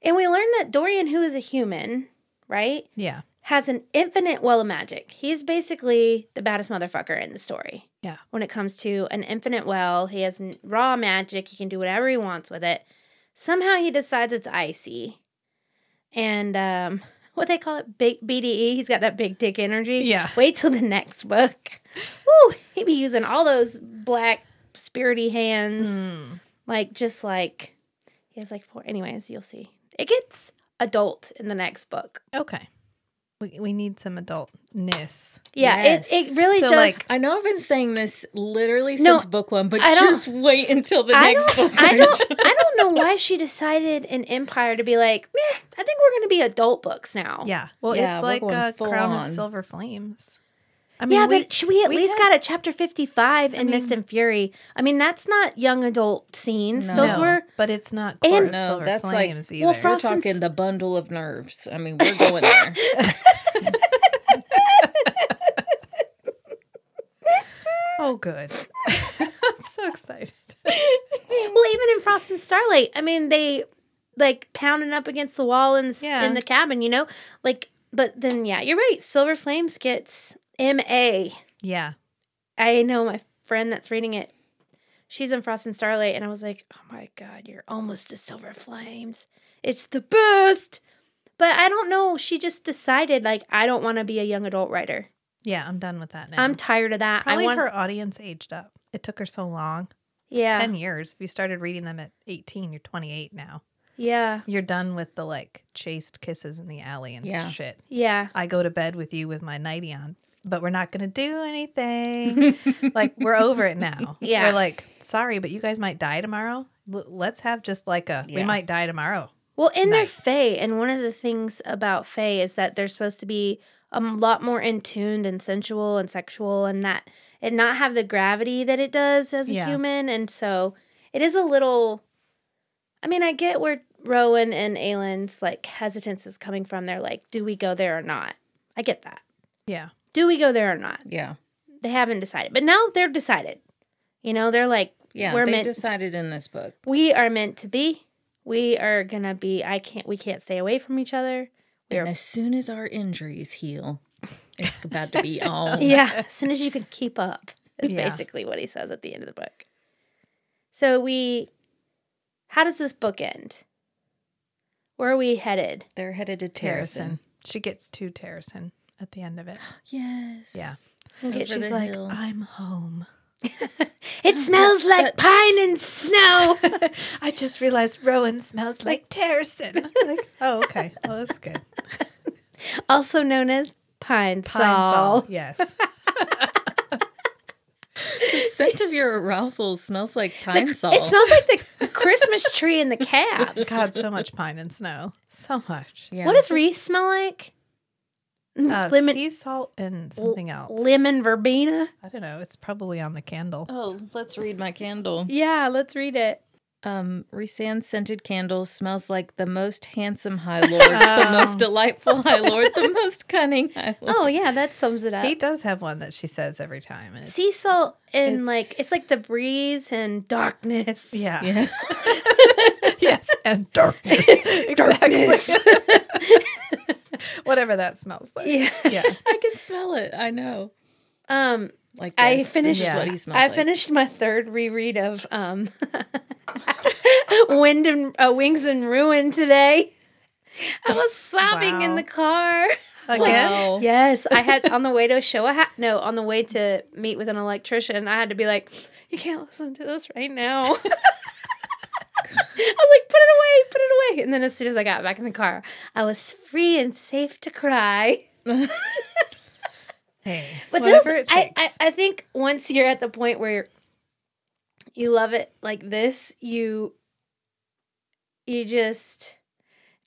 Speaker 3: and we learned that Dorian, who is a human, right,
Speaker 1: Yeah,
Speaker 3: has an infinite well of magic. He's basically the baddest motherfucker in the story.
Speaker 1: Yeah.
Speaker 3: When it comes to an infinite well, he has n- raw magic. He can do whatever he wants with it. Somehow he decides it's icy. And um, what they call it, big BDE. He's got that big dick energy.
Speaker 1: Yeah.
Speaker 3: Wait till the next book. Woo! He'd be using all those black spirity hands.
Speaker 1: Mm.
Speaker 3: Like, just like, he has like four. Anyways, you'll see. It gets adult in the next book.
Speaker 1: okay. we, we need some adultness.
Speaker 3: Yeah,
Speaker 4: Yes.
Speaker 3: it, it really
Speaker 1: So,
Speaker 3: does.
Speaker 1: like,
Speaker 4: I know I've been saying this literally
Speaker 3: No,
Speaker 4: since book one, but
Speaker 3: I don't-
Speaker 4: just wait until the
Speaker 3: I
Speaker 4: next book.
Speaker 3: don't, I don't, I don't know why she decided in Empire to be like, meh, I think we're going to be adult books now.
Speaker 1: Yeah. Well,
Speaker 4: Yeah,
Speaker 1: it's
Speaker 4: we're
Speaker 1: like
Speaker 4: going
Speaker 1: a
Speaker 4: full
Speaker 1: crown
Speaker 4: on.
Speaker 1: of silver flames. I mean,
Speaker 3: yeah,
Speaker 1: we-
Speaker 3: but should we at
Speaker 1: we
Speaker 3: least
Speaker 1: had-
Speaker 3: got a chapter 55 in Mist and Fury. I mean, that's not young adult scenes. Those
Speaker 1: no,
Speaker 3: were,
Speaker 1: but it's not
Speaker 3: And-
Speaker 1: court of
Speaker 3: No,
Speaker 1: silver
Speaker 4: that's like-
Speaker 1: flames either.
Speaker 3: well,
Speaker 4: We're
Speaker 3: Frost and
Speaker 4: talking
Speaker 3: S-
Speaker 4: the bundle of nerves. I mean, we're going there.
Speaker 1: oh, good. I'm so excited.
Speaker 3: well, even in Frost and Starlight, I mean, they like pounding up against the wall in, s
Speaker 1: Yeah.
Speaker 3: in the cabin, you know? Like, but then, yeah, you're right. Silver Flames gets M.A.
Speaker 1: Yeah.
Speaker 3: I know my friend that's reading it. She's in Frost and Starlight, and I was like, "Oh my god, you're almost to Silver Flames! It's the best!" But I don't know. She just decided, like, I don't want to be a young adult writer.
Speaker 1: Yeah, I'm done with that now.
Speaker 3: I'm tired of that.
Speaker 1: Probably
Speaker 3: I want,
Speaker 1: her audience aged up. It took her so long. It's
Speaker 3: yeah,
Speaker 1: 10 years. If you started reading them at 18, you're 28 now.
Speaker 3: yeah,
Speaker 1: You're done with the like chaste kisses in the alley and
Speaker 4: Yeah.
Speaker 1: shit.
Speaker 3: yeah.
Speaker 1: I go to bed with you with my nightie on, but we're not going to do anything. like, we're over it now.
Speaker 3: Yeah.
Speaker 1: We're like, sorry, but you guys might die tomorrow. L- let's have just like a, we
Speaker 4: Yeah.
Speaker 1: might die tomorrow.
Speaker 3: Well, and they're
Speaker 1: Nice.
Speaker 3: Fae, and one of the things about Fae is that they're supposed to be a m- lot more in tuned and sensual and sexual, and that and not have the gravity that it does as a
Speaker 1: Yeah.
Speaker 3: human. And so it is a little. I mean, I get where Rowan and Aelin's like hesitance is coming from. They're like, do we go there or not? I get that.
Speaker 1: Yeah.
Speaker 3: Do we go there or not?
Speaker 4: Yeah.
Speaker 3: They haven't decided, but now they're decided. You know, they're like,
Speaker 4: Yeah.
Speaker 3: We're
Speaker 4: they
Speaker 3: meant-
Speaker 4: decided in this book.
Speaker 3: we are meant to be. We are gonna be. I can't. We can't stay away from each other. We are
Speaker 4: And as soon as our injuries heal, it's about to be on.
Speaker 3: yeah as soon as you can keep up is
Speaker 1: Yeah.
Speaker 3: basically what he says at the end of the book so we how does this book end where are we headed
Speaker 4: They're headed to Terrison.
Speaker 1: Terrison. She gets to Terrison at the end of it.
Speaker 4: Yes.
Speaker 1: Yeah.
Speaker 3: Okay,
Speaker 4: Over
Speaker 3: she's
Speaker 4: the
Speaker 1: Like,
Speaker 4: hill.
Speaker 1: I'm home.
Speaker 3: it smells like pine and snow
Speaker 1: I just realized Rowan smells like Terrison. like, oh, okay. Well, that's good.
Speaker 3: also known as pine,
Speaker 1: Pine
Speaker 3: sol
Speaker 1: Sol. Yes.
Speaker 4: the scent of your arousal smells like pine salt.
Speaker 3: it smells like the christmas tree in the cabs
Speaker 1: God, so much pine and snow. So much.
Speaker 4: yeah.
Speaker 3: what does reese smell like
Speaker 1: Uh,
Speaker 3: lemon
Speaker 1: sea salt and something else.
Speaker 3: lemon verbena
Speaker 1: I don't know. It's probably on the candle.
Speaker 4: Oh, let's read my candle.
Speaker 3: yeah let's read it
Speaker 4: Um, Resan's scented candle smells like the most handsome High Lord, the most delightful High Lord, the most cunning High Lord.
Speaker 3: oh yeah that sums it up
Speaker 1: He does have one that she says every time. and it's-
Speaker 3: sea salt and like
Speaker 4: it's-
Speaker 3: it's like the breeze and darkness.
Speaker 1: yeah.
Speaker 4: Yeah.
Speaker 1: yes. And darkness. exactly. Whatever that smells like.
Speaker 3: Yeah.
Speaker 1: Yeah.
Speaker 4: I can smell it. I know.
Speaker 3: Um
Speaker 4: Like
Speaker 3: I
Speaker 4: this.
Speaker 3: finished
Speaker 4: This is
Speaker 1: Yeah.
Speaker 4: what he smells
Speaker 3: I
Speaker 4: like.
Speaker 3: finished my third reread of um Wind and uh, Wings and Ruin today. I was sobbing in
Speaker 1: Wow.
Speaker 3: the car.
Speaker 1: Again.
Speaker 4: Wow.
Speaker 3: Yes, I had on the way to a show. I had no on the way to meet with an electrician. I had to be like, you can't listen to this right now. I was like, put it away, put it away. And then as soon as I got back in the car, I was free and safe to cry.
Speaker 1: Hey.
Speaker 3: But those,
Speaker 1: whatever it
Speaker 3: I, I
Speaker 1: takes.
Speaker 3: I think once you're at the point where you love it like this, you you just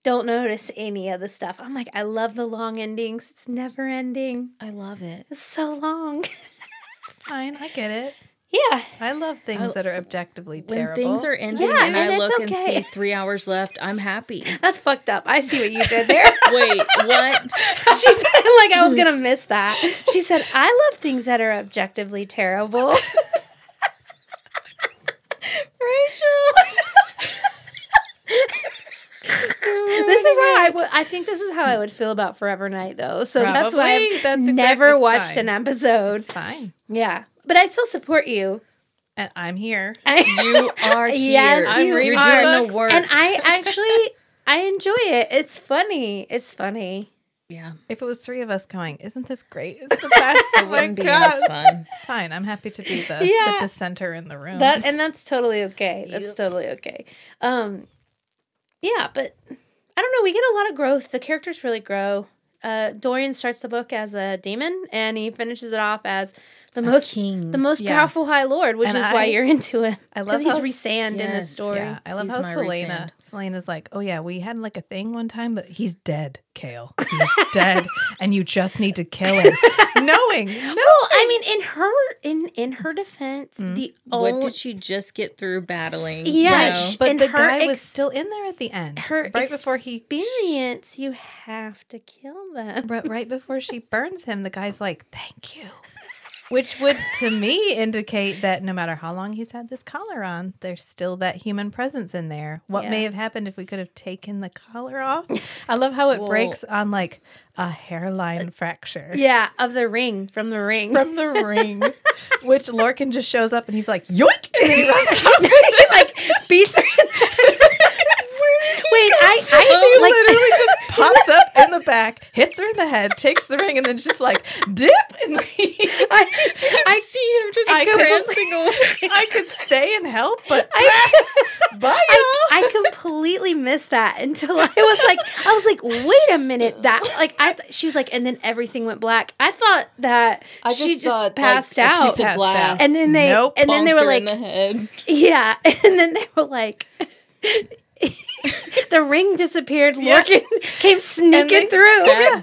Speaker 3: don't notice any of the stuff. I'm like, I love the long endings. It's never ending.
Speaker 4: I love it.
Speaker 3: It's so long.
Speaker 1: it's fine. I get it.
Speaker 3: yeah.
Speaker 1: I love things that are objectively
Speaker 4: When
Speaker 1: terrible.
Speaker 4: things are ending
Speaker 3: Yeah,
Speaker 4: and,
Speaker 3: and
Speaker 4: I
Speaker 3: it's
Speaker 4: look
Speaker 3: okay.
Speaker 4: and see three hours left, I'm happy.
Speaker 3: That's fucked up. I see what you did there.
Speaker 4: Wait, what?
Speaker 3: she said like I was going to miss that. She said, "I love things that are objectively terrible." this is how I would. I think this is how I would feel about Forever Night, though. So that's why
Speaker 1: Probably.
Speaker 3: I've
Speaker 1: That's exact-
Speaker 3: never
Speaker 1: it's
Speaker 3: watched
Speaker 1: fine.
Speaker 3: an episode.
Speaker 1: it's fine.
Speaker 3: Yeah, but I still support you.
Speaker 1: And I'm here.
Speaker 4: You are here.
Speaker 3: yes,
Speaker 1: I'm
Speaker 3: you
Speaker 1: reading
Speaker 3: are.
Speaker 4: doing the work.
Speaker 3: and I actually I enjoy it. It's funny. It's funny.
Speaker 4: yeah,
Speaker 1: If it was three of us going, isn't this great? It's the best. oh
Speaker 4: it
Speaker 1: my
Speaker 4: wouldn't be
Speaker 1: God.
Speaker 4: as fun.
Speaker 1: It's fine. I'm happy to be the,
Speaker 3: Yeah.
Speaker 1: the dissenter in the room.
Speaker 3: That and that's totally okay. That's totally okay. Um, yeah, but I don't know. We get a lot of growth. The characters really grow. uh, Dorian starts the book as a demon, and he finishes it off as the most
Speaker 4: king.
Speaker 3: the most
Speaker 1: Yeah.
Speaker 3: powerful High Lord, which
Speaker 1: And
Speaker 3: is
Speaker 1: I-
Speaker 3: why you're into him.
Speaker 1: I love
Speaker 3: because he's
Speaker 1: how-
Speaker 3: resand in the
Speaker 4: Yes.
Speaker 3: story.
Speaker 1: Yeah, I love
Speaker 4: He's
Speaker 1: how
Speaker 4: my
Speaker 1: Selena
Speaker 4: resand.
Speaker 1: Selena's like, oh yeah, we had like a thing one time, but he's dead, Kale. He's dead, and you just need to kill him, knowing. No,
Speaker 3: Well, I mean, in her in in her defense,
Speaker 1: Mm.
Speaker 3: the
Speaker 4: what
Speaker 3: only
Speaker 4: did she just get through battling?
Speaker 3: Oh. Yeah,
Speaker 4: you know?
Speaker 3: she-
Speaker 1: but
Speaker 3: And
Speaker 1: the
Speaker 3: her
Speaker 1: guy was
Speaker 3: ex-
Speaker 1: still in there at the end,
Speaker 3: her
Speaker 1: right before he
Speaker 3: experience, you have to kill them.
Speaker 1: But right before she burns him, the guy's like, "Thank you," which would, to me, indicate that no matter how long he's had this collar on, there's still that human presence in there. What may
Speaker 3: Yeah.
Speaker 1: have happened if we could have taken the collar off? I love how it
Speaker 4: Well-
Speaker 1: breaks on like a hairline fracture.
Speaker 3: Yeah, of the ring from the ring.
Speaker 1: From the ring, which Lorcan just shows up and he's like, yoink! And then he runs off.
Speaker 3: like beats her. In Wait, I,
Speaker 1: He
Speaker 3: I
Speaker 1: literally just pops up in the back, hits her in the head, takes the ring, and then just like dip and leaves.
Speaker 3: like I, I see him just
Speaker 1: I
Speaker 3: glancing away.
Speaker 1: I could stay and help, but
Speaker 3: I,
Speaker 1: bye, y'all.
Speaker 3: I, I completely missed that until I was like, I was like, wait a minute, that like I th- she was like, and then everything went black. I thought that she just passed out,
Speaker 1: said Passed glass. out.
Speaker 3: and then they
Speaker 1: Nope.
Speaker 3: and then they were like, yeah, and then they were like. the ring disappeared.
Speaker 1: Yeah.
Speaker 3: Lorcan came sneaking
Speaker 1: they-
Speaker 3: through.
Speaker 4: that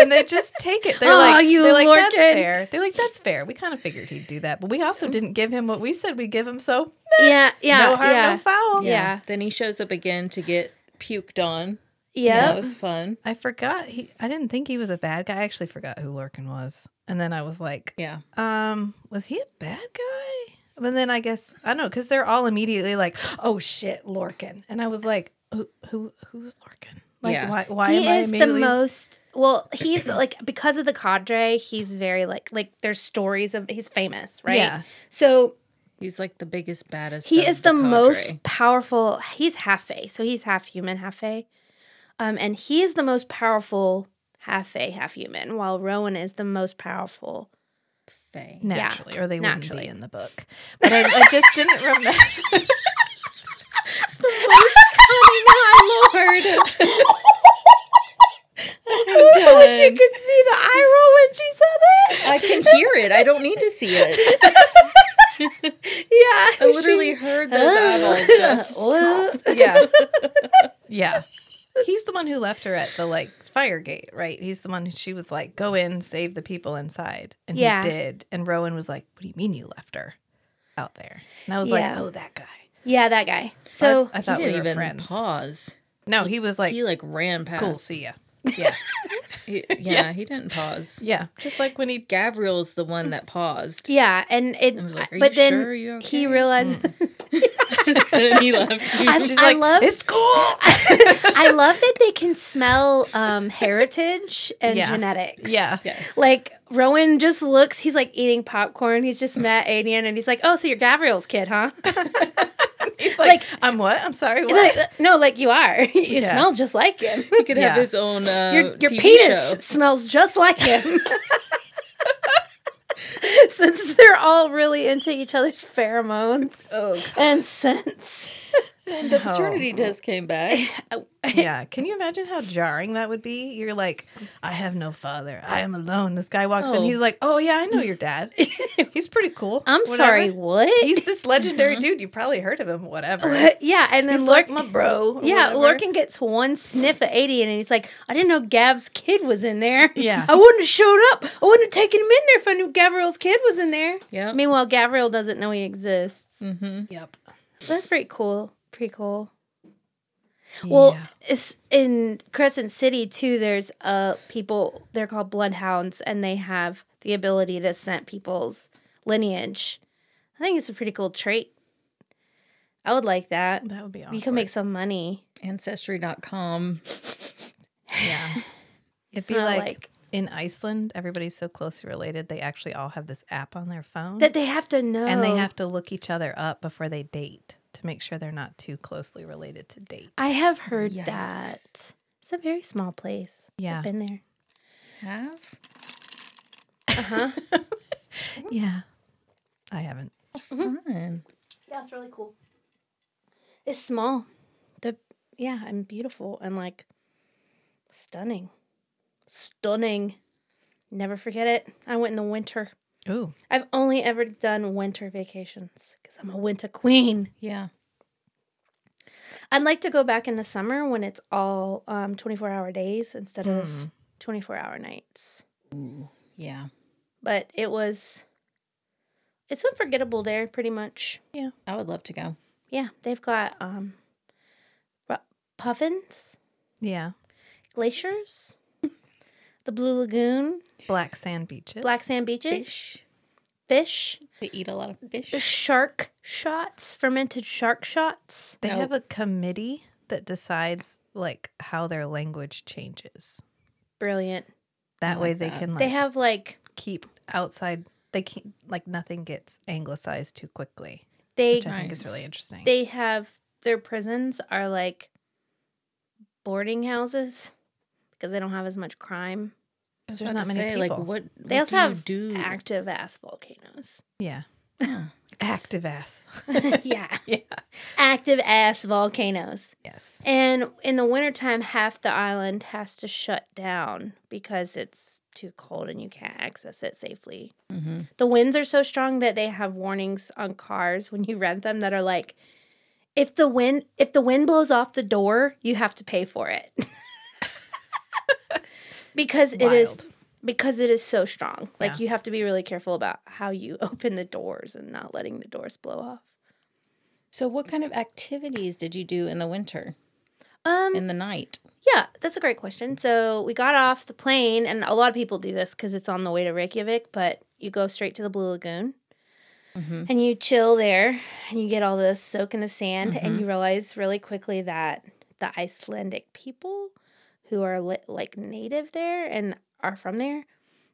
Speaker 1: and they just take it. They're
Speaker 3: Aw,
Speaker 1: like,
Speaker 3: you
Speaker 1: they're like, that's
Speaker 3: lorkin."
Speaker 1: fair. They're like, that's fair. We kind of figured he'd do that, but we also didn't give him what we said we'd give him. So
Speaker 3: Yeah, yeah,
Speaker 1: no harm,
Speaker 3: yeah.
Speaker 1: no foul.
Speaker 4: Yeah.
Speaker 3: Yeah.
Speaker 4: Then he shows up again to get puked on.
Speaker 3: yeah.
Speaker 4: That was fun.
Speaker 1: I forgot. He, I didn't think he was a bad guy. I actually forgot who Lorcan was, and then I was like,
Speaker 4: Yeah.
Speaker 1: um, was he a bad guy? And then I guess I don't know because they're all immediately like, oh shit, Lorcan, and I was like, who, who, who's Lorcan? Like,
Speaker 4: Yeah.
Speaker 1: why, why
Speaker 3: he
Speaker 1: am I
Speaker 3: is the
Speaker 1: immediately-
Speaker 3: most well he's like because of the cadre he's very like like there's stories of he's famous right
Speaker 1: Yeah.
Speaker 3: so
Speaker 4: He's like the biggest, baddest.
Speaker 3: he
Speaker 4: of
Speaker 3: is the,
Speaker 4: cadre.
Speaker 3: most powerful he's half fae so he's half human half fae um and he is the most powerful half fae half human while rowan is the most powerful
Speaker 4: Fae.
Speaker 1: naturally, or they wouldn't
Speaker 3: naturally.
Speaker 1: be in the book. But I, I just didn't remember.
Speaker 3: wish you could see the eye roll when she said
Speaker 4: I can hear it. I don't need to see it.
Speaker 3: it
Speaker 4: I literally heard those eyeballs just.
Speaker 3: yeah
Speaker 1: Yeah. yeah. He's the one who left her at the like fire gate, right? He's the one who she was like, go in, save the people inside. And
Speaker 3: Yeah.
Speaker 1: he did. And Rowan was like, What do you mean you left her out there? And I was like,
Speaker 3: Yeah.
Speaker 1: Oh, that guy.
Speaker 3: yeah that guy so
Speaker 1: I, I
Speaker 4: He
Speaker 1: thought we
Speaker 4: didn't
Speaker 1: were
Speaker 4: even
Speaker 1: friends.
Speaker 4: pause.
Speaker 1: No, he was like,
Speaker 4: he like ran past.
Speaker 1: Cool, see ya. Yeah.
Speaker 4: He- yeah, he didn't pause.
Speaker 1: yeah. Just like when he
Speaker 4: Gabriel's the one that paused.
Speaker 3: yeah and it
Speaker 4: was like, "Are
Speaker 3: but
Speaker 4: you
Speaker 3: then
Speaker 4: sure? Are you
Speaker 3: he
Speaker 4: okay?"
Speaker 3: realized
Speaker 4: and he left.
Speaker 3: I,
Speaker 1: she's
Speaker 3: I
Speaker 1: like,
Speaker 3: love
Speaker 1: It's cool.
Speaker 3: I love that they can smell um, heritage and
Speaker 1: Yeah.
Speaker 3: genetics.
Speaker 1: yeah.
Speaker 4: Yes.
Speaker 3: Like Rowan just looks, he's like eating popcorn. He's just met Adian and he's like, Oh, so you're Gabriel's kid, huh?
Speaker 1: He's like, I'm what? I'm sorry, what?
Speaker 3: Like, no, like you are. You
Speaker 1: Yeah. Oh,
Speaker 3: smell just like him.
Speaker 4: he could have
Speaker 1: Yeah.
Speaker 4: his own uh,
Speaker 3: Your, your
Speaker 4: TV
Speaker 3: penis
Speaker 4: show.
Speaker 3: smells just like him. Since they're all really into each other's pheromones
Speaker 1: oh
Speaker 3: and scents.
Speaker 4: And the paternity
Speaker 3: Oh.
Speaker 4: test came back.
Speaker 1: yeah. Can you imagine how jarring that would be? You're like, I have no father. I am alone. This guy walks in.
Speaker 4: Oh.
Speaker 1: He's like, Oh yeah, I know your dad. He's pretty cool.
Speaker 3: I'm
Speaker 1: Whatever.
Speaker 3: sorry, what?
Speaker 1: He's this legendary dude. You probably heard of him. Whatever.
Speaker 3: yeah, and then
Speaker 1: He's
Speaker 3: Lord
Speaker 1: like my bro. or
Speaker 3: Yeah,
Speaker 1: whatever.
Speaker 3: Lorcan gets one sniff at 80 and he's like, I didn't know Gav's kid was in there.
Speaker 1: Yeah. Oh,
Speaker 3: I wouldn't have showed up. I wouldn't have taken him in there if I knew Gavriel's kid was in there.
Speaker 4: Yep.
Speaker 3: Meanwhile, Gavriel doesn't know he exists.
Speaker 4: Mm-hmm.
Speaker 1: Yep.
Speaker 3: That's pretty cool. Pretty cool. Well,
Speaker 1: Yeah.
Speaker 3: it's in Crescent City too, there's uh people they're called bloodhounds and they have the ability to scent people's lineage. I think it's a pretty cool trait. I would like that.
Speaker 1: that would be awesome.
Speaker 3: You can make some money.
Speaker 4: Ancestry.com.
Speaker 1: Yeah. It'd be
Speaker 3: smell
Speaker 1: like,
Speaker 3: like-
Speaker 1: in Iceland, everybody's so closely related. They actually all have this app on their phone,
Speaker 3: That they have to know.
Speaker 1: and they have to look each other up before they date to make sure they're not too closely related to date.
Speaker 3: I have heard
Speaker 4: Yikes.
Speaker 3: that. It's a very small place.
Speaker 1: Yeah.
Speaker 3: I've been there.
Speaker 4: Have?
Speaker 1: Yeah. I haven't.
Speaker 3: Mm-hmm.
Speaker 4: Fun.
Speaker 3: Yeah, it's really cool. It's small. The yeah, and beautiful and like stunning. stunning. Never forget it. I went in the winter.
Speaker 4: Ooh.
Speaker 3: I've only ever done winter vacations because I'm a winter queen.
Speaker 4: Yeah.
Speaker 3: I'd like to go back in the summer when it's all um, 24 hour days instead of 24 hour nights.
Speaker 4: Yeah.
Speaker 3: But it was, it's unforgettable there pretty much.
Speaker 4: I would love to go.
Speaker 3: Yeah, they've got um, ru- puffins,
Speaker 1: Yeah.
Speaker 3: glaciers, the Blue Lagoon,
Speaker 1: Black sand beaches.
Speaker 3: black sand beaches, fish,
Speaker 4: We eat a lot of fish.
Speaker 3: shark shots, fermented shark shots.
Speaker 1: They
Speaker 4: No.
Speaker 1: have a committee that decides like how their language changes.
Speaker 3: Brilliant.
Speaker 1: That
Speaker 4: I
Speaker 1: way
Speaker 4: like
Speaker 1: they
Speaker 4: that.
Speaker 1: can like
Speaker 3: They have like,
Speaker 1: keep outside. They can like nothing gets anglicized too quickly,
Speaker 3: they
Speaker 1: which I think is
Speaker 4: Nice.
Speaker 1: really interesting.
Speaker 3: they have their prisons are like boarding houses because they don't have as much crime.
Speaker 1: Because
Speaker 4: I
Speaker 1: there's
Speaker 4: was
Speaker 1: not
Speaker 4: about
Speaker 1: many
Speaker 4: to say,
Speaker 1: people.
Speaker 4: Like what?
Speaker 3: They
Speaker 4: what
Speaker 3: also
Speaker 4: do you
Speaker 3: have
Speaker 4: do?
Speaker 3: active ass volcanoes.
Speaker 1: yeah, active ass.
Speaker 3: yeah.
Speaker 1: Yeah.
Speaker 3: Active ass volcanoes.
Speaker 1: Yes.
Speaker 3: And in the wintertime, half the island has to shut down because it's too cold and you can't access it safely.
Speaker 1: Mm-hmm.
Speaker 4: hmm
Speaker 3: The winds are so strong that they have warnings on cars when you rent them that are like, if the wind if the wind blows off the door, you have to pay for it. because it is
Speaker 1: Wild.
Speaker 3: because it is so strong. Like
Speaker 1: Yeah.
Speaker 3: you have to be really careful about how you open the doors and not letting the doors blow off.
Speaker 4: So, what kind of activities did you do in the winter,
Speaker 3: Um
Speaker 4: in the night?
Speaker 3: Yeah, that's a great question. So we got off the plane, and a lot of people do this because it's on the way to Reykjavik, but you go straight to the Blue Lagoon and you chill there and you get all this soak in the sand, and you realize really quickly that the Icelandic people who are li- like native there and are from there,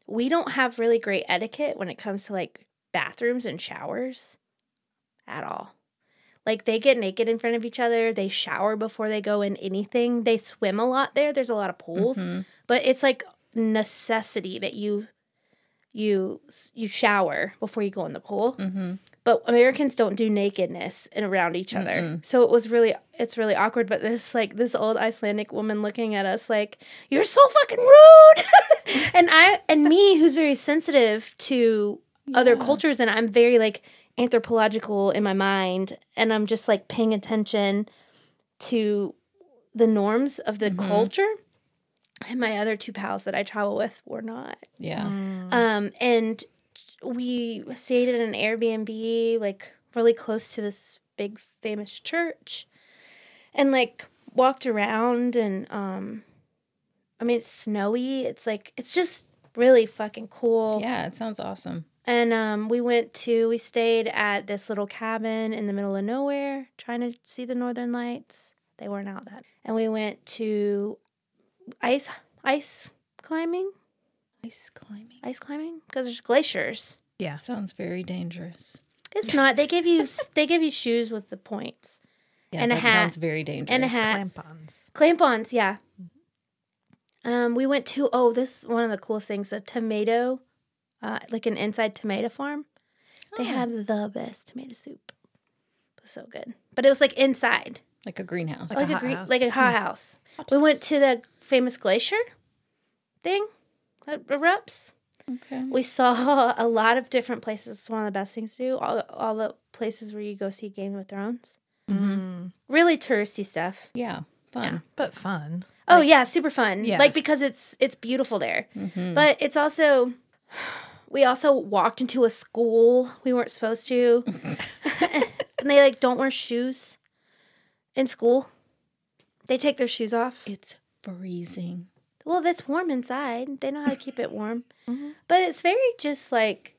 Speaker 3: we don't have really great etiquette when it comes to like bathrooms and showers at all. Like they get naked in front of each other, they shower before they go in anything. They swim a lot there. There's a lot of pools,
Speaker 4: Mhm.
Speaker 3: but it's like necessity that you you you shower before you go in the pool.
Speaker 4: Mm-hmm.
Speaker 3: But Americans don't do nakedness and around each other.
Speaker 4: Mm-mm.
Speaker 3: So it was really it's really awkward, but there's like this old Icelandic woman looking at us like, "You're so fucking rude." and I and me who's very sensitive to other cultures and I'm very like anthropological in my mind and I'm just like paying attention to the norms of the culture. And my other two pals that I travel with were not.
Speaker 4: Yeah.
Speaker 3: Um, and we stayed at an Airbnb, like really close to this big famous church, and like walked around. And um, I mean, it's snowy. It's like it's just really fucking cool.
Speaker 4: Yeah. It sounds awesome.
Speaker 3: And um, we went to we stayed at this little cabin in the middle of nowhere, trying to see the northern lights. They weren't out that. And we went to ice ice climbing,
Speaker 4: Ice climbing
Speaker 3: ice climbing because there's glaciers.
Speaker 4: sounds very dangerous.
Speaker 3: It's not. They give you they give you shoes with the points
Speaker 4: Yeah,
Speaker 3: And a
Speaker 4: that
Speaker 3: hat.
Speaker 4: sounds very dangerous.
Speaker 3: and a hat,
Speaker 1: Clampons.
Speaker 3: clampons. Yeah. Um, we went to oh this is one of the coolest things a tomato, uh, like an inside tomato farm. They
Speaker 1: Oh.
Speaker 3: had the best tomato soup. It was so good, but it was like inside,
Speaker 4: like a greenhouse.
Speaker 1: Like
Speaker 3: like,
Speaker 1: a
Speaker 3: a,
Speaker 1: hot
Speaker 3: green,
Speaker 1: house. Hmm.
Speaker 3: like a hot house. We went to the famous glacier thing uh, that erupts.
Speaker 4: okay.
Speaker 3: We saw a lot of different places. It's one of the best things to do. All, all the places where you go see Game of Thrones. Mm-hmm. Really touristy stuff.
Speaker 4: Yeah, fun.
Speaker 1: But fun.
Speaker 3: Oh yeah, super fun.
Speaker 1: Yeah.
Speaker 3: Like because it's it's beautiful there.
Speaker 4: Mhm.
Speaker 3: But it's also we also walked into a school we weren't supposed to. and they like don't wear shoes in school. They take their shoes off.
Speaker 4: It's freezing.
Speaker 3: Well, that's warm inside. They know how to keep it warm. But it's very just like,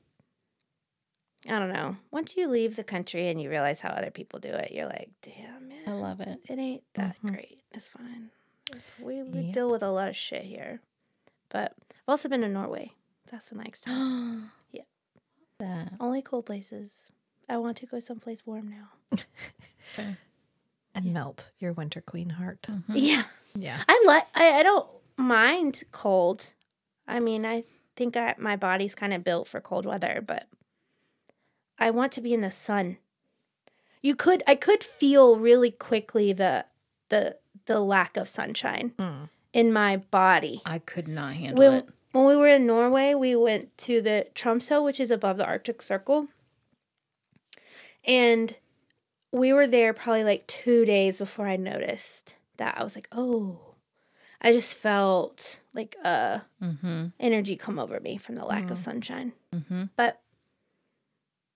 Speaker 3: I don't know. Once you leave the country and you realize how other people do it, you're like, damn
Speaker 4: I
Speaker 3: it.
Speaker 4: love it.
Speaker 3: It ain't that great. It's fine. It's- we we
Speaker 1: Yep.
Speaker 3: deal with a lot of shit here. But I've also been to Norway. That's the next time.
Speaker 4: yeah. That.
Speaker 3: Only cool places. I want to go someplace warm now.
Speaker 1: And melt your winter queen heart.
Speaker 3: Yeah.
Speaker 1: Yeah.
Speaker 3: I like. I, I don't mind cold. I mean, I think I, my body's kind of built for cold weather, but I want to be in the sun. You could.
Speaker 1: Mm.
Speaker 3: I could feel really quickly the the the lack of sunshine in my body.
Speaker 4: I could not handle
Speaker 3: When,
Speaker 4: it.
Speaker 3: when we were in Norway, we went to the Tromsø, which is above the Arctic Circle. And we were there probably like two days before I noticed that. I was like, oh, I just felt like a
Speaker 4: Mm-hmm.
Speaker 3: energy come over me from the lack of sunshine.
Speaker 4: Mm-hmm.
Speaker 3: But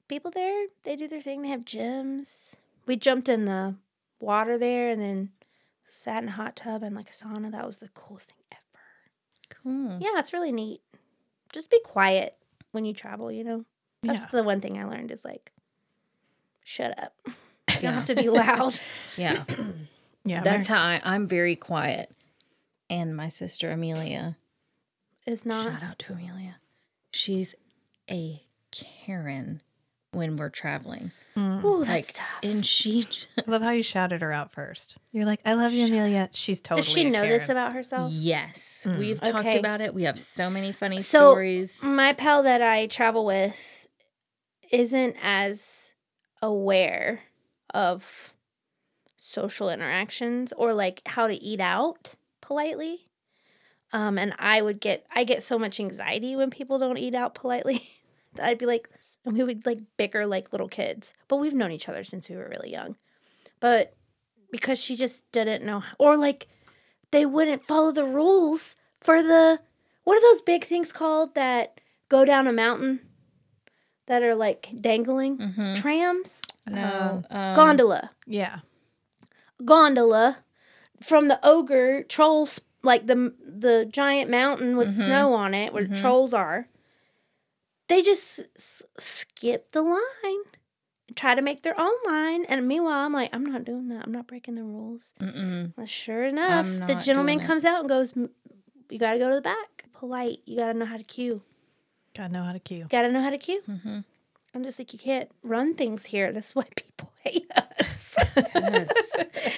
Speaker 3: people there, they do their thing. They have gyms. We jumped in the water there and then sat in a hot tub and like a sauna. That was the coolest thing ever.
Speaker 4: Cool.
Speaker 3: Yeah, it's really neat. Just be quiet when you travel, you know? That's the one thing I learned is like, shut up. You don't have to be loud.
Speaker 4: Yeah.
Speaker 1: yeah.
Speaker 4: That's how I, I'm very quiet. And my sister Amelia,
Speaker 3: It's not.
Speaker 4: shout out to Amelia. She's a Karen when we're traveling.
Speaker 1: Mm.
Speaker 3: Ooh, that's
Speaker 4: Like,
Speaker 3: tough.
Speaker 4: and she,
Speaker 1: I love how you shouted her out first. You're like, I love you, Amelia. She's totally.
Speaker 3: Does she
Speaker 1: a
Speaker 3: know this
Speaker 1: Karen.
Speaker 3: about herself?
Speaker 4: yes, we've talked
Speaker 3: Hmm. Okay.
Speaker 4: about it. We have so many funny
Speaker 3: So-
Speaker 4: stories.
Speaker 3: my pal that I travel with isn't as aware of social interactions or like how to eat out politely. Um, and I would get I get so much anxiety when people don't eat out politely. that I'd be like, and we would like bicker like little kids. But we've known each other since we were really young. But because she just didn't know, or like they wouldn't follow the rules for the what are those big things called that go down a mountain that are like dangling
Speaker 4: Mhm.
Speaker 3: trams
Speaker 4: No, um,
Speaker 3: gondola
Speaker 1: Yeah.
Speaker 3: gondola from the ogre trolls like the the giant mountain with
Speaker 4: Mm-hmm.
Speaker 3: snow on it where the trolls are they just s- skip the line try to make their own line and meanwhile i'm like i'm not doing that i'm not breaking the rules
Speaker 4: mm-mm.
Speaker 3: well, sure enough
Speaker 4: I'm
Speaker 3: the
Speaker 4: not
Speaker 3: gentleman
Speaker 4: doing it.
Speaker 3: comes out and goes "M- you gotta go to the back polite you gotta know how to cue
Speaker 1: Gotta know how to cue.
Speaker 3: gotta know how to cue
Speaker 4: Mm-hmm.
Speaker 3: i'm just like you can't run things here that's why people hate us
Speaker 4: Yes.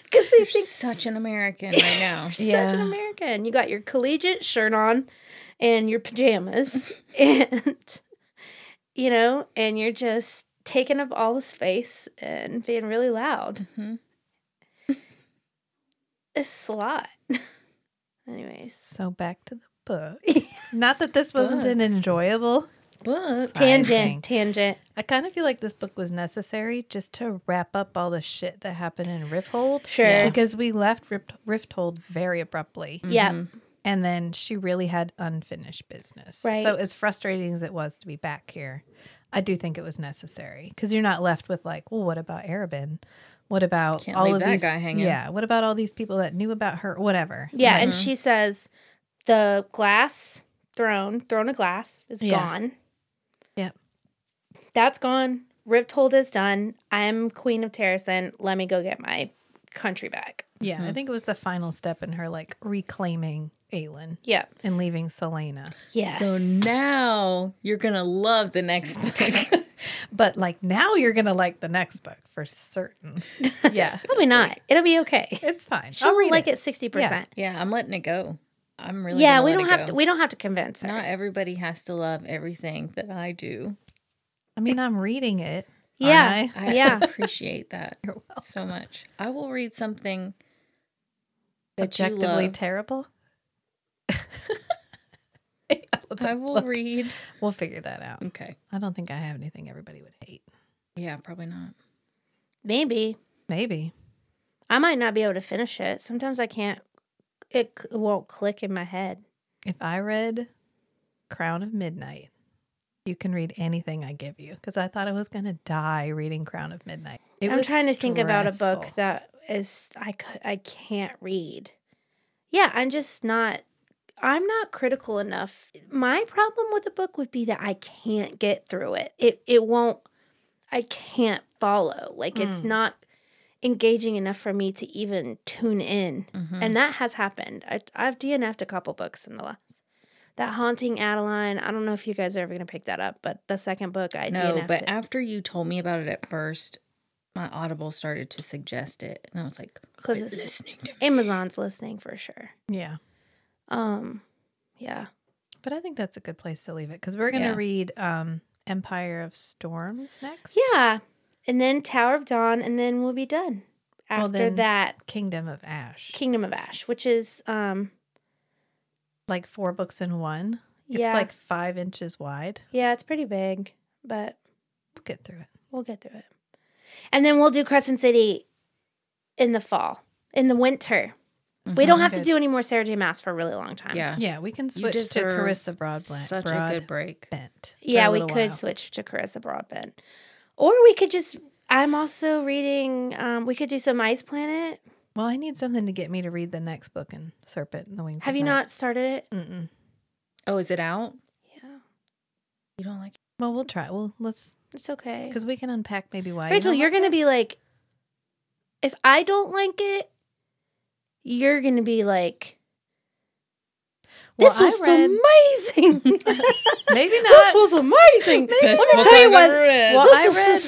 Speaker 3: because they
Speaker 4: You're
Speaker 3: think
Speaker 4: such an American right now.
Speaker 3: You're such an
Speaker 1: Yeah.
Speaker 3: American. You got your collegiate shirt on and your pajamas and you know, and you're just taking up all the space and being really loud.
Speaker 4: Mhm.
Speaker 1: Mm-hmm.
Speaker 3: It's a lot. Anyways.
Speaker 1: So back to the book. Not that this wasn't an enjoyable
Speaker 4: But
Speaker 1: thing.
Speaker 3: Tangent, tangent.
Speaker 1: I kind of feel like this book was necessary just to wrap up all the shit that happened in Rifthold.
Speaker 3: Sure. Yeah.
Speaker 1: Because we left Rift- Rifthold very abruptly.
Speaker 3: Yeah.
Speaker 1: And then she really had unfinished business.
Speaker 3: Right.
Speaker 1: So, as frustrating as it was to be back here, I do think it was necessary because you're not left with, like, well, what about Arabin? What about
Speaker 4: Can't
Speaker 1: all
Speaker 4: leave
Speaker 1: of
Speaker 4: that
Speaker 1: these
Speaker 4: guy hanging.
Speaker 1: Yeah. What about all these people that knew about her? Whatever.
Speaker 3: Yeah, and she says the glass throne, throne of glass is
Speaker 1: Yeah.
Speaker 3: gone.
Speaker 1: Yep.
Speaker 3: That's gone. Riptold is done. I'm queen of Terrasen. Let me go get my country back.
Speaker 1: Yeah.
Speaker 4: Mm-hmm.
Speaker 1: I think it was the final step in her like reclaiming Aelin
Speaker 3: Yeah.
Speaker 1: and leaving Selena.
Speaker 3: Yes.
Speaker 4: So now you're gonna love the next book.
Speaker 1: But like now you're gonna like the next book for certain. yeah.
Speaker 3: Probably not. It'll be okay.
Speaker 1: It's fine.
Speaker 3: She'll
Speaker 1: I'll read
Speaker 3: like
Speaker 1: it.
Speaker 3: it sixty percent.
Speaker 4: yeah, I'm letting it go. I'm really.
Speaker 3: Yeah,
Speaker 4: gonna
Speaker 3: we
Speaker 4: let
Speaker 3: don't
Speaker 4: it
Speaker 3: have
Speaker 4: go.
Speaker 3: to. We don't have to convince her.
Speaker 4: Not everybody has to love everything that I do.
Speaker 1: I mean I'm reading it.
Speaker 3: yeah,
Speaker 1: aren't I?
Speaker 4: I
Speaker 3: yeah.
Speaker 4: appreciate that
Speaker 1: You're welcome.
Speaker 4: so much. I will read something that you
Speaker 1: Objectively
Speaker 4: love.
Speaker 1: terrible.
Speaker 4: I will read.
Speaker 1: We'll figure that out.
Speaker 4: Okay.
Speaker 1: I don't think I have anything everybody would hate.
Speaker 4: Yeah, probably not.
Speaker 3: Maybe
Speaker 1: Maybe.
Speaker 3: I might not be able to finish it. Sometimes I can't. It c- won't click in my head.
Speaker 1: If I read Crown of Midnight, you can read anything I give you because I thought I was gonna die reading Crown of Midnight. It
Speaker 3: I'm
Speaker 1: was
Speaker 3: trying to think about a book
Speaker 1: stressful.
Speaker 3: that is I could I can't read. Yeah, I'm just not I'm not critical enough. My problem with a book would be that I can't get through it. It it won't I can't follow. Like it's
Speaker 1: Hmm.
Speaker 3: not engaging enough for me to even tune in.
Speaker 1: Mm-hmm.
Speaker 3: And that has happened. I I've DNF'd a couple books in the last that haunting Adeline. I don't know if you guys are ever gonna pick that up, but the second book I
Speaker 4: No,
Speaker 3: DNF'd
Speaker 4: but
Speaker 3: it.
Speaker 4: after you told me about it at first, my Audible started to suggest it, and I was like,
Speaker 3: because
Speaker 4: "Quit
Speaker 3: it's
Speaker 4: listening to me."
Speaker 3: Amazon's listening for sure.
Speaker 1: Yeah.
Speaker 3: Um, yeah.
Speaker 1: But I think that's a good place to leave it because we're going to
Speaker 4: Yeah.
Speaker 1: read um, Empire of Storms next.
Speaker 3: Yeah. And then Tower of Dawn, and then we'll be done.
Speaker 1: Well,
Speaker 3: After
Speaker 1: then-
Speaker 3: that,
Speaker 1: Kingdom of Ash.
Speaker 3: Kingdom of Ash, which is um
Speaker 1: like four books in one. It's
Speaker 3: Yeah.
Speaker 1: like five inches wide.
Speaker 3: Yeah, it's pretty big, but
Speaker 1: We'll get through it.
Speaker 3: we'll get through it. And then we'll do Crescent City in the fall, in the winter. We don't have to
Speaker 1: Good.
Speaker 3: do any more Sarah J. Mass for a really long time.
Speaker 4: Yeah.
Speaker 1: Yeah, we can switch
Speaker 4: just
Speaker 1: to
Speaker 4: are
Speaker 1: Carissa Broadbent.
Speaker 4: Such
Speaker 1: Broad-
Speaker 4: a good break.
Speaker 1: bent. for
Speaker 3: Yeah,
Speaker 1: a
Speaker 3: we
Speaker 1: little
Speaker 3: could
Speaker 1: while.
Speaker 3: switch to Carissa Broadbent. Or we could just, I'm also reading, um, we could do some Ice Planet.
Speaker 1: Well, I need something to get me to read the next book in Serpent and the Wings.
Speaker 3: Have
Speaker 1: of
Speaker 3: you
Speaker 1: Night.
Speaker 3: not started it?
Speaker 1: Mm-mm.
Speaker 4: Oh, is it out?
Speaker 3: Yeah,
Speaker 4: You don't like
Speaker 1: Well, we'll try. Well, let's
Speaker 3: it's okay.
Speaker 1: because we can unpack maybe why. you
Speaker 3: Rachel,
Speaker 1: don't
Speaker 3: you're
Speaker 1: like
Speaker 3: going to
Speaker 1: it.
Speaker 3: be like, if I don't like it, you're going to be like,
Speaker 1: Well,
Speaker 3: this was
Speaker 1: I read,
Speaker 3: amazing.
Speaker 1: maybe not.
Speaker 3: this was amazing. Let me tell you what.
Speaker 1: Well,
Speaker 3: this
Speaker 1: I
Speaker 3: is the
Speaker 1: read-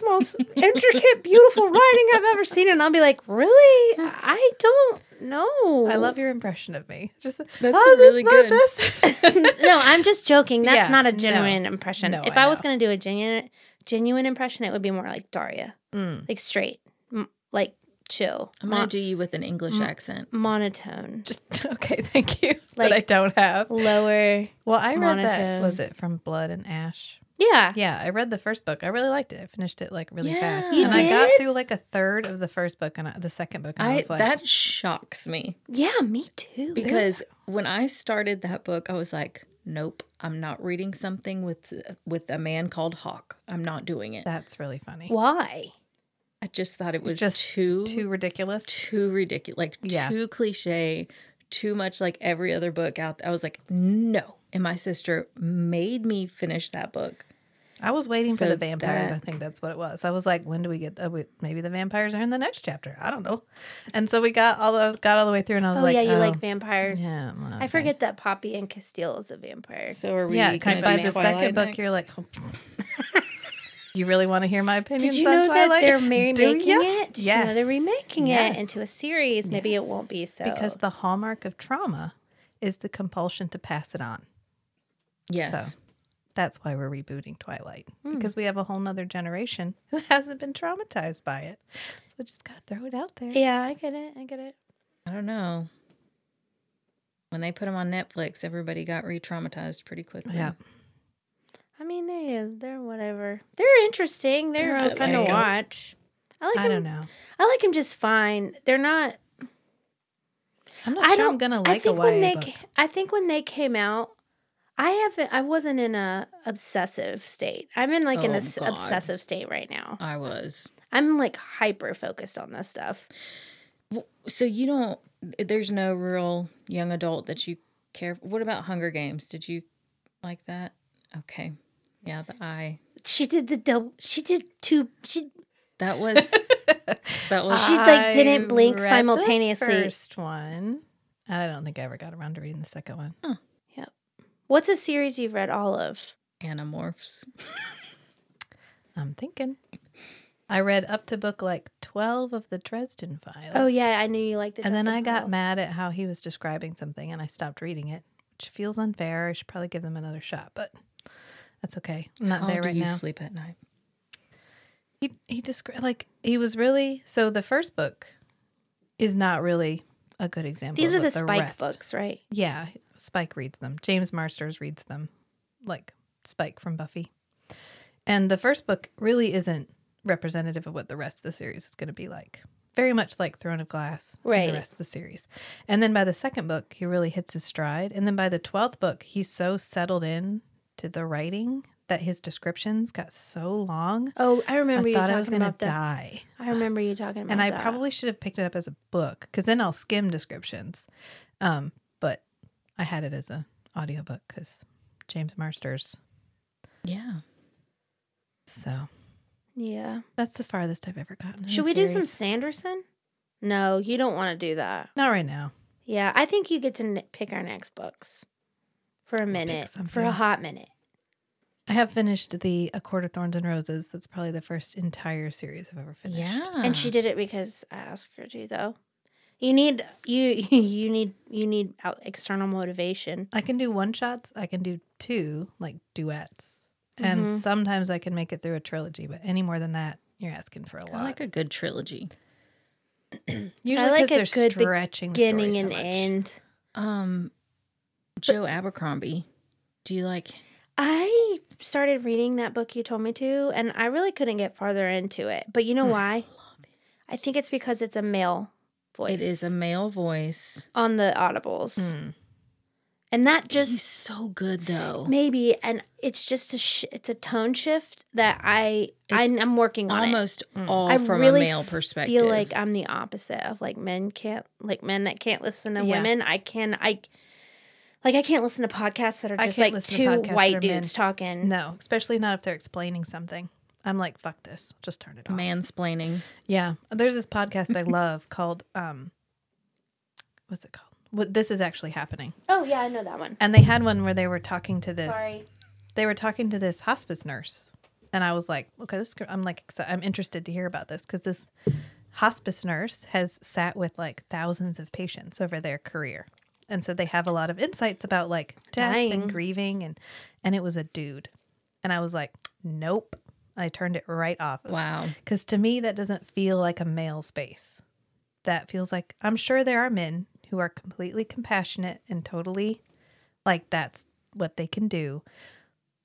Speaker 3: smartest, most intricate, beautiful writing I've ever seen, and I'll be like, "Really? I don't know."
Speaker 1: I love your impression of me. Just
Speaker 4: That's
Speaker 1: oh,
Speaker 4: really
Speaker 1: that's
Speaker 4: good.
Speaker 1: my best.
Speaker 3: No, I'm just joking.
Speaker 1: Yeah,
Speaker 3: That's not a
Speaker 1: no.
Speaker 3: genuine impression.
Speaker 1: No,
Speaker 3: if
Speaker 1: I
Speaker 3: I, was
Speaker 1: know.
Speaker 3: going to do a genuine, genuine impression, it would be more like Daria,
Speaker 1: Mm.
Speaker 3: like straight, m- like chill,
Speaker 4: I'm
Speaker 3: mon-
Speaker 4: gonna do you with an English accent.
Speaker 3: monotone,
Speaker 1: Just okay, thank you.
Speaker 3: Like-
Speaker 1: that I don't have.
Speaker 3: lower.
Speaker 1: Well, I read that.
Speaker 3: monotone.
Speaker 1: Was it from Blood and Ash?
Speaker 3: Yeah,
Speaker 1: Yeah, I read the first book. I really liked it. I finished it like really
Speaker 4: Yeah.
Speaker 1: fast,
Speaker 4: You
Speaker 1: and I got
Speaker 3: did?
Speaker 1: through like a third of the first book and I, the second book. And I,
Speaker 4: I
Speaker 1: was like,
Speaker 4: that shocks me
Speaker 3: yeah, me too.
Speaker 4: because when I started that book, I was like, "Nope, I'm not reading something with with a man called Hawk. I'm not doing it."
Speaker 1: that's really funny.
Speaker 3: why?
Speaker 4: I just thought it was
Speaker 1: Just
Speaker 4: too
Speaker 1: Too ridiculous.
Speaker 4: too ridiculous, like
Speaker 1: Yeah.
Speaker 4: too cliche, too much like every other book out. there. I was like, "No." And my sister made me finish that book.
Speaker 1: I was waiting for
Speaker 4: So
Speaker 1: the vampires.
Speaker 4: that-
Speaker 1: I think that's what it was. I was like, when do we get? Uh, we, maybe the vampires are in the next chapter. I don't know. And so we got all the, got all the way through, and I was
Speaker 3: Oh
Speaker 1: like,
Speaker 3: yeah, you
Speaker 1: oh,
Speaker 3: like vampires.
Speaker 1: Yeah, well,
Speaker 3: I
Speaker 1: okay.
Speaker 3: forget that Poppy and Castile is a vampire.
Speaker 4: So are we?
Speaker 1: Yeah, because
Speaker 4: gonna
Speaker 1: by
Speaker 4: do
Speaker 1: the
Speaker 4: Twilight
Speaker 1: second book,
Speaker 4: next?
Speaker 1: you're like, oh, you really want to hear my opinions
Speaker 3: Did you
Speaker 1: on
Speaker 3: know
Speaker 1: Twilight?
Speaker 3: that they're
Speaker 1: Do
Speaker 3: remaking
Speaker 1: ya?
Speaker 3: it? Did you know they're
Speaker 1: Yes.
Speaker 3: remaking
Speaker 1: Yes.
Speaker 3: it into a series? Maybe it
Speaker 1: Yes.
Speaker 3: won't be so.
Speaker 1: because the hallmark of trauma is the compulsion to pass it on.
Speaker 4: yes.
Speaker 1: So that's why we're rebooting Twilight
Speaker 3: Hmm.
Speaker 1: because we have a whole nother generation who hasn't been traumatized by it. So we just got to throw it out there.
Speaker 3: yeah, I get it. I get it.
Speaker 4: I don't know. When they put them on Netflix, everybody got re-traumatized pretty quickly.
Speaker 1: Yeah.
Speaker 3: I mean, they they're whatever. They're interesting. They're,
Speaker 1: They're
Speaker 3: fun to
Speaker 1: okay.
Speaker 3: watch. I like
Speaker 1: I
Speaker 3: them.
Speaker 1: don't know.
Speaker 3: I like them just fine. They're not.
Speaker 1: I'm not
Speaker 3: I
Speaker 1: sure
Speaker 3: don't.
Speaker 1: I'm gonna
Speaker 3: I
Speaker 1: like a
Speaker 3: think
Speaker 1: YA
Speaker 3: when they.
Speaker 1: book.
Speaker 3: ca- I think when they came out, I haven't. I wasn't in a obsessive state. I'm in like an
Speaker 4: Oh,
Speaker 3: obs-
Speaker 4: God.
Speaker 3: obsessive state right now.
Speaker 4: I was.
Speaker 3: I'm like hyper focused on this stuff.
Speaker 4: So you don't. eh, There's no real young adult that you care. What about Hunger Games? Did you like that? Okay. Yeah, the eye.
Speaker 3: She did the double. She did two. She
Speaker 4: That was. that was.
Speaker 3: She's like, didn't
Speaker 1: I
Speaker 3: blink
Speaker 1: read the
Speaker 3: simultaneously.
Speaker 1: first one. I don't think I ever got around to reading the second one.
Speaker 3: What's a series you've read all of?
Speaker 4: Animorphs.
Speaker 1: I'm thinking. I read up to book like 12 of the Dresden Files.
Speaker 3: Oh yeah, I knew you liked it.
Speaker 1: And then I got mad at how he was describing something and I stopped reading it, which feels unfair. I should probably give them another shot, but that's okay. I'm not
Speaker 4: How
Speaker 1: there
Speaker 4: Oh, do
Speaker 1: right
Speaker 4: you
Speaker 1: now.
Speaker 4: sleep at night?
Speaker 1: He he described like he was really so the first book is not really a good example.
Speaker 3: These
Speaker 1: of
Speaker 3: are the
Speaker 1: what
Speaker 3: Spike
Speaker 1: rest-
Speaker 3: books, right?
Speaker 1: Yeah, Spike reads them. James Marsters reads them, like Spike from Buffy. And the first book really isn't representative of what the rest of the series is going to be like. Very much like Throne of Glass, and
Speaker 3: Right.
Speaker 1: the rest of the series. And then by the second book, he really hits his stride. And then by the twelfth book, he's so settled in to the writing that his descriptions got so long.
Speaker 3: Oh, I
Speaker 1: I
Speaker 3: remember you
Speaker 1: thought
Speaker 3: talking
Speaker 1: I was going to
Speaker 3: about that.
Speaker 1: die.
Speaker 3: I remember you talking about
Speaker 1: And I
Speaker 3: that.
Speaker 1: probably should have picked it up as a book because then I'll skim descriptions. Um, but I had it as a audiobook because James Marsters.
Speaker 4: Yeah.
Speaker 1: So
Speaker 3: yeah.
Speaker 1: that's the farthest I've ever gotten. in a
Speaker 3: Should we do some
Speaker 1: series.
Speaker 3: Sanderson? No, you don't want to do that.
Speaker 1: Not right now.
Speaker 3: Yeah, I think you get to n- pick our next books for a minute, for a
Speaker 1: something.
Speaker 3: hot minute.
Speaker 1: I have finished the A Court of Thorns and Roses. That's probably the first entire series I've ever finished.
Speaker 4: Yeah.
Speaker 3: And she did it because I asked her to, though. You need you you need you need out external motivation.
Speaker 1: I can do one shots. I can do two, like duets. And
Speaker 3: Mhm.
Speaker 1: sometimes I can make it through a trilogy, but any more than that, you're asking for a lot.
Speaker 4: I like a good trilogy.
Speaker 1: Usually
Speaker 3: like
Speaker 1: because
Speaker 3: a
Speaker 1: they're
Speaker 3: good
Speaker 1: stretching the
Speaker 3: Beginning
Speaker 1: story so
Speaker 3: and
Speaker 1: much.
Speaker 3: end.
Speaker 4: Um, Joe Abercrombie. Do you like?
Speaker 3: I started reading that book you told me to, and I really couldn't get farther into it. But you know why? I think it's because it's a male voice.
Speaker 4: It is a male voice.
Speaker 3: on the audibles, and that
Speaker 4: He's
Speaker 3: just
Speaker 4: so good though.
Speaker 3: maybe, and it's just a sh- it's a tone shift that I, I I'm working on. it.
Speaker 4: Almost all
Speaker 3: I
Speaker 4: from
Speaker 3: really
Speaker 4: a male
Speaker 3: f-
Speaker 4: perspective.
Speaker 3: feel like I'm the opposite of like men can't like men that can't listen to
Speaker 1: Yeah.
Speaker 3: women. I can I like I can't listen to podcasts that are
Speaker 1: I
Speaker 3: just
Speaker 1: can't
Speaker 3: like
Speaker 1: listen to
Speaker 3: two
Speaker 1: podcasts that are
Speaker 3: white
Speaker 1: men.
Speaker 3: dudes talking.
Speaker 1: No, especially not if they're explaining something. I'm like, fuck this. Just turn it off.
Speaker 4: mansplaining.
Speaker 1: Yeah. There's this podcast I love called um what's it called? What this is actually happening.
Speaker 3: Oh yeah, I know that one.
Speaker 1: And they had one where they were talking to this
Speaker 3: Sorry.
Speaker 1: they were talking to this hospice nurse. And I was like, okay, this is good. I'm like exci- I'm interested to hear about this cuz this hospice nurse has sat with like thousands of patients over their career. And so they have a lot of insights about like death
Speaker 3: Dying.
Speaker 1: and grieving and and it was a dude. And I was like, nope. I turned it right off.
Speaker 4: Wow.
Speaker 1: Because to me, that doesn't feel like a male space. That feels like I'm sure there are men who are completely compassionate and totally like that's what they can do.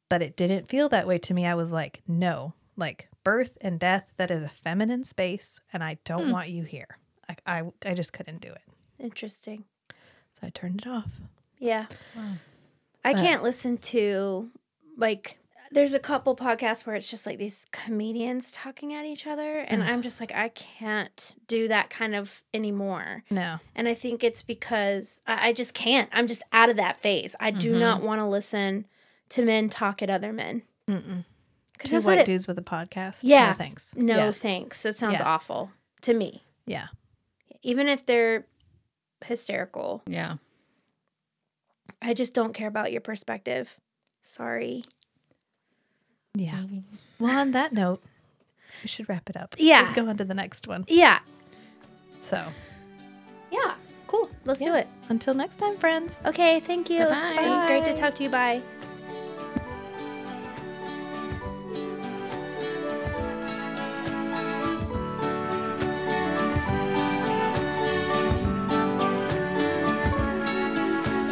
Speaker 1: But it didn't feel that way to me. I was like, no, like birth and death, that is a feminine space, and I don't
Speaker 3: Hmm.
Speaker 1: want you here. I, I, I just couldn't do it.
Speaker 3: Interesting.
Speaker 1: So I turned it off.
Speaker 3: Yeah. I can't listen to like there's a couple podcasts where it's just like these comedians talking at each other and I'm just like I can't do that kind of anymore.
Speaker 1: No.
Speaker 3: And I think it's because I, I just can't. I'm just out of that phase. I do not want to listen to men talk at other men.
Speaker 1: Mm-mm.
Speaker 3: Because
Speaker 1: Two
Speaker 3: that's what
Speaker 1: white
Speaker 3: it,
Speaker 1: dudes with a podcast.
Speaker 3: Yeah.
Speaker 1: No thanks.
Speaker 3: No,
Speaker 1: Yeah.
Speaker 3: thanks. That sounds
Speaker 1: Yeah.
Speaker 3: awful to me.
Speaker 1: yeah.
Speaker 3: Even if they're hysterical,
Speaker 4: Yeah.
Speaker 3: I just don't care about your perspective. Sorry. Mm.
Speaker 1: Yeah. Well, on that note, we should wrap it up.
Speaker 3: Yeah.
Speaker 1: We can go on to the next one.
Speaker 3: Yeah.
Speaker 1: So
Speaker 3: Yeah. Cool. Let's do it.
Speaker 1: until next time, friends.
Speaker 3: Okay. Thank you. It was-
Speaker 4: Bye-bye.
Speaker 3: it was great to talk to you. Bye.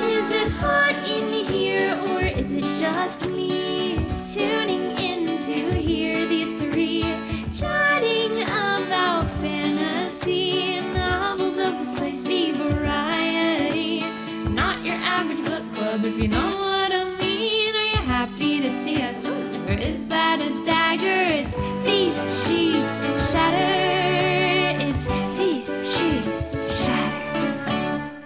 Speaker 2: Is it hot in here or is it just me tuning in to hear these three chatting about fantasy novels of the spicy variety? Not your average book club, if you know what I mean. Are you happy to see us, or is that a dagger? It's feast, sheath, shatter. It's feast, sheath, shatter.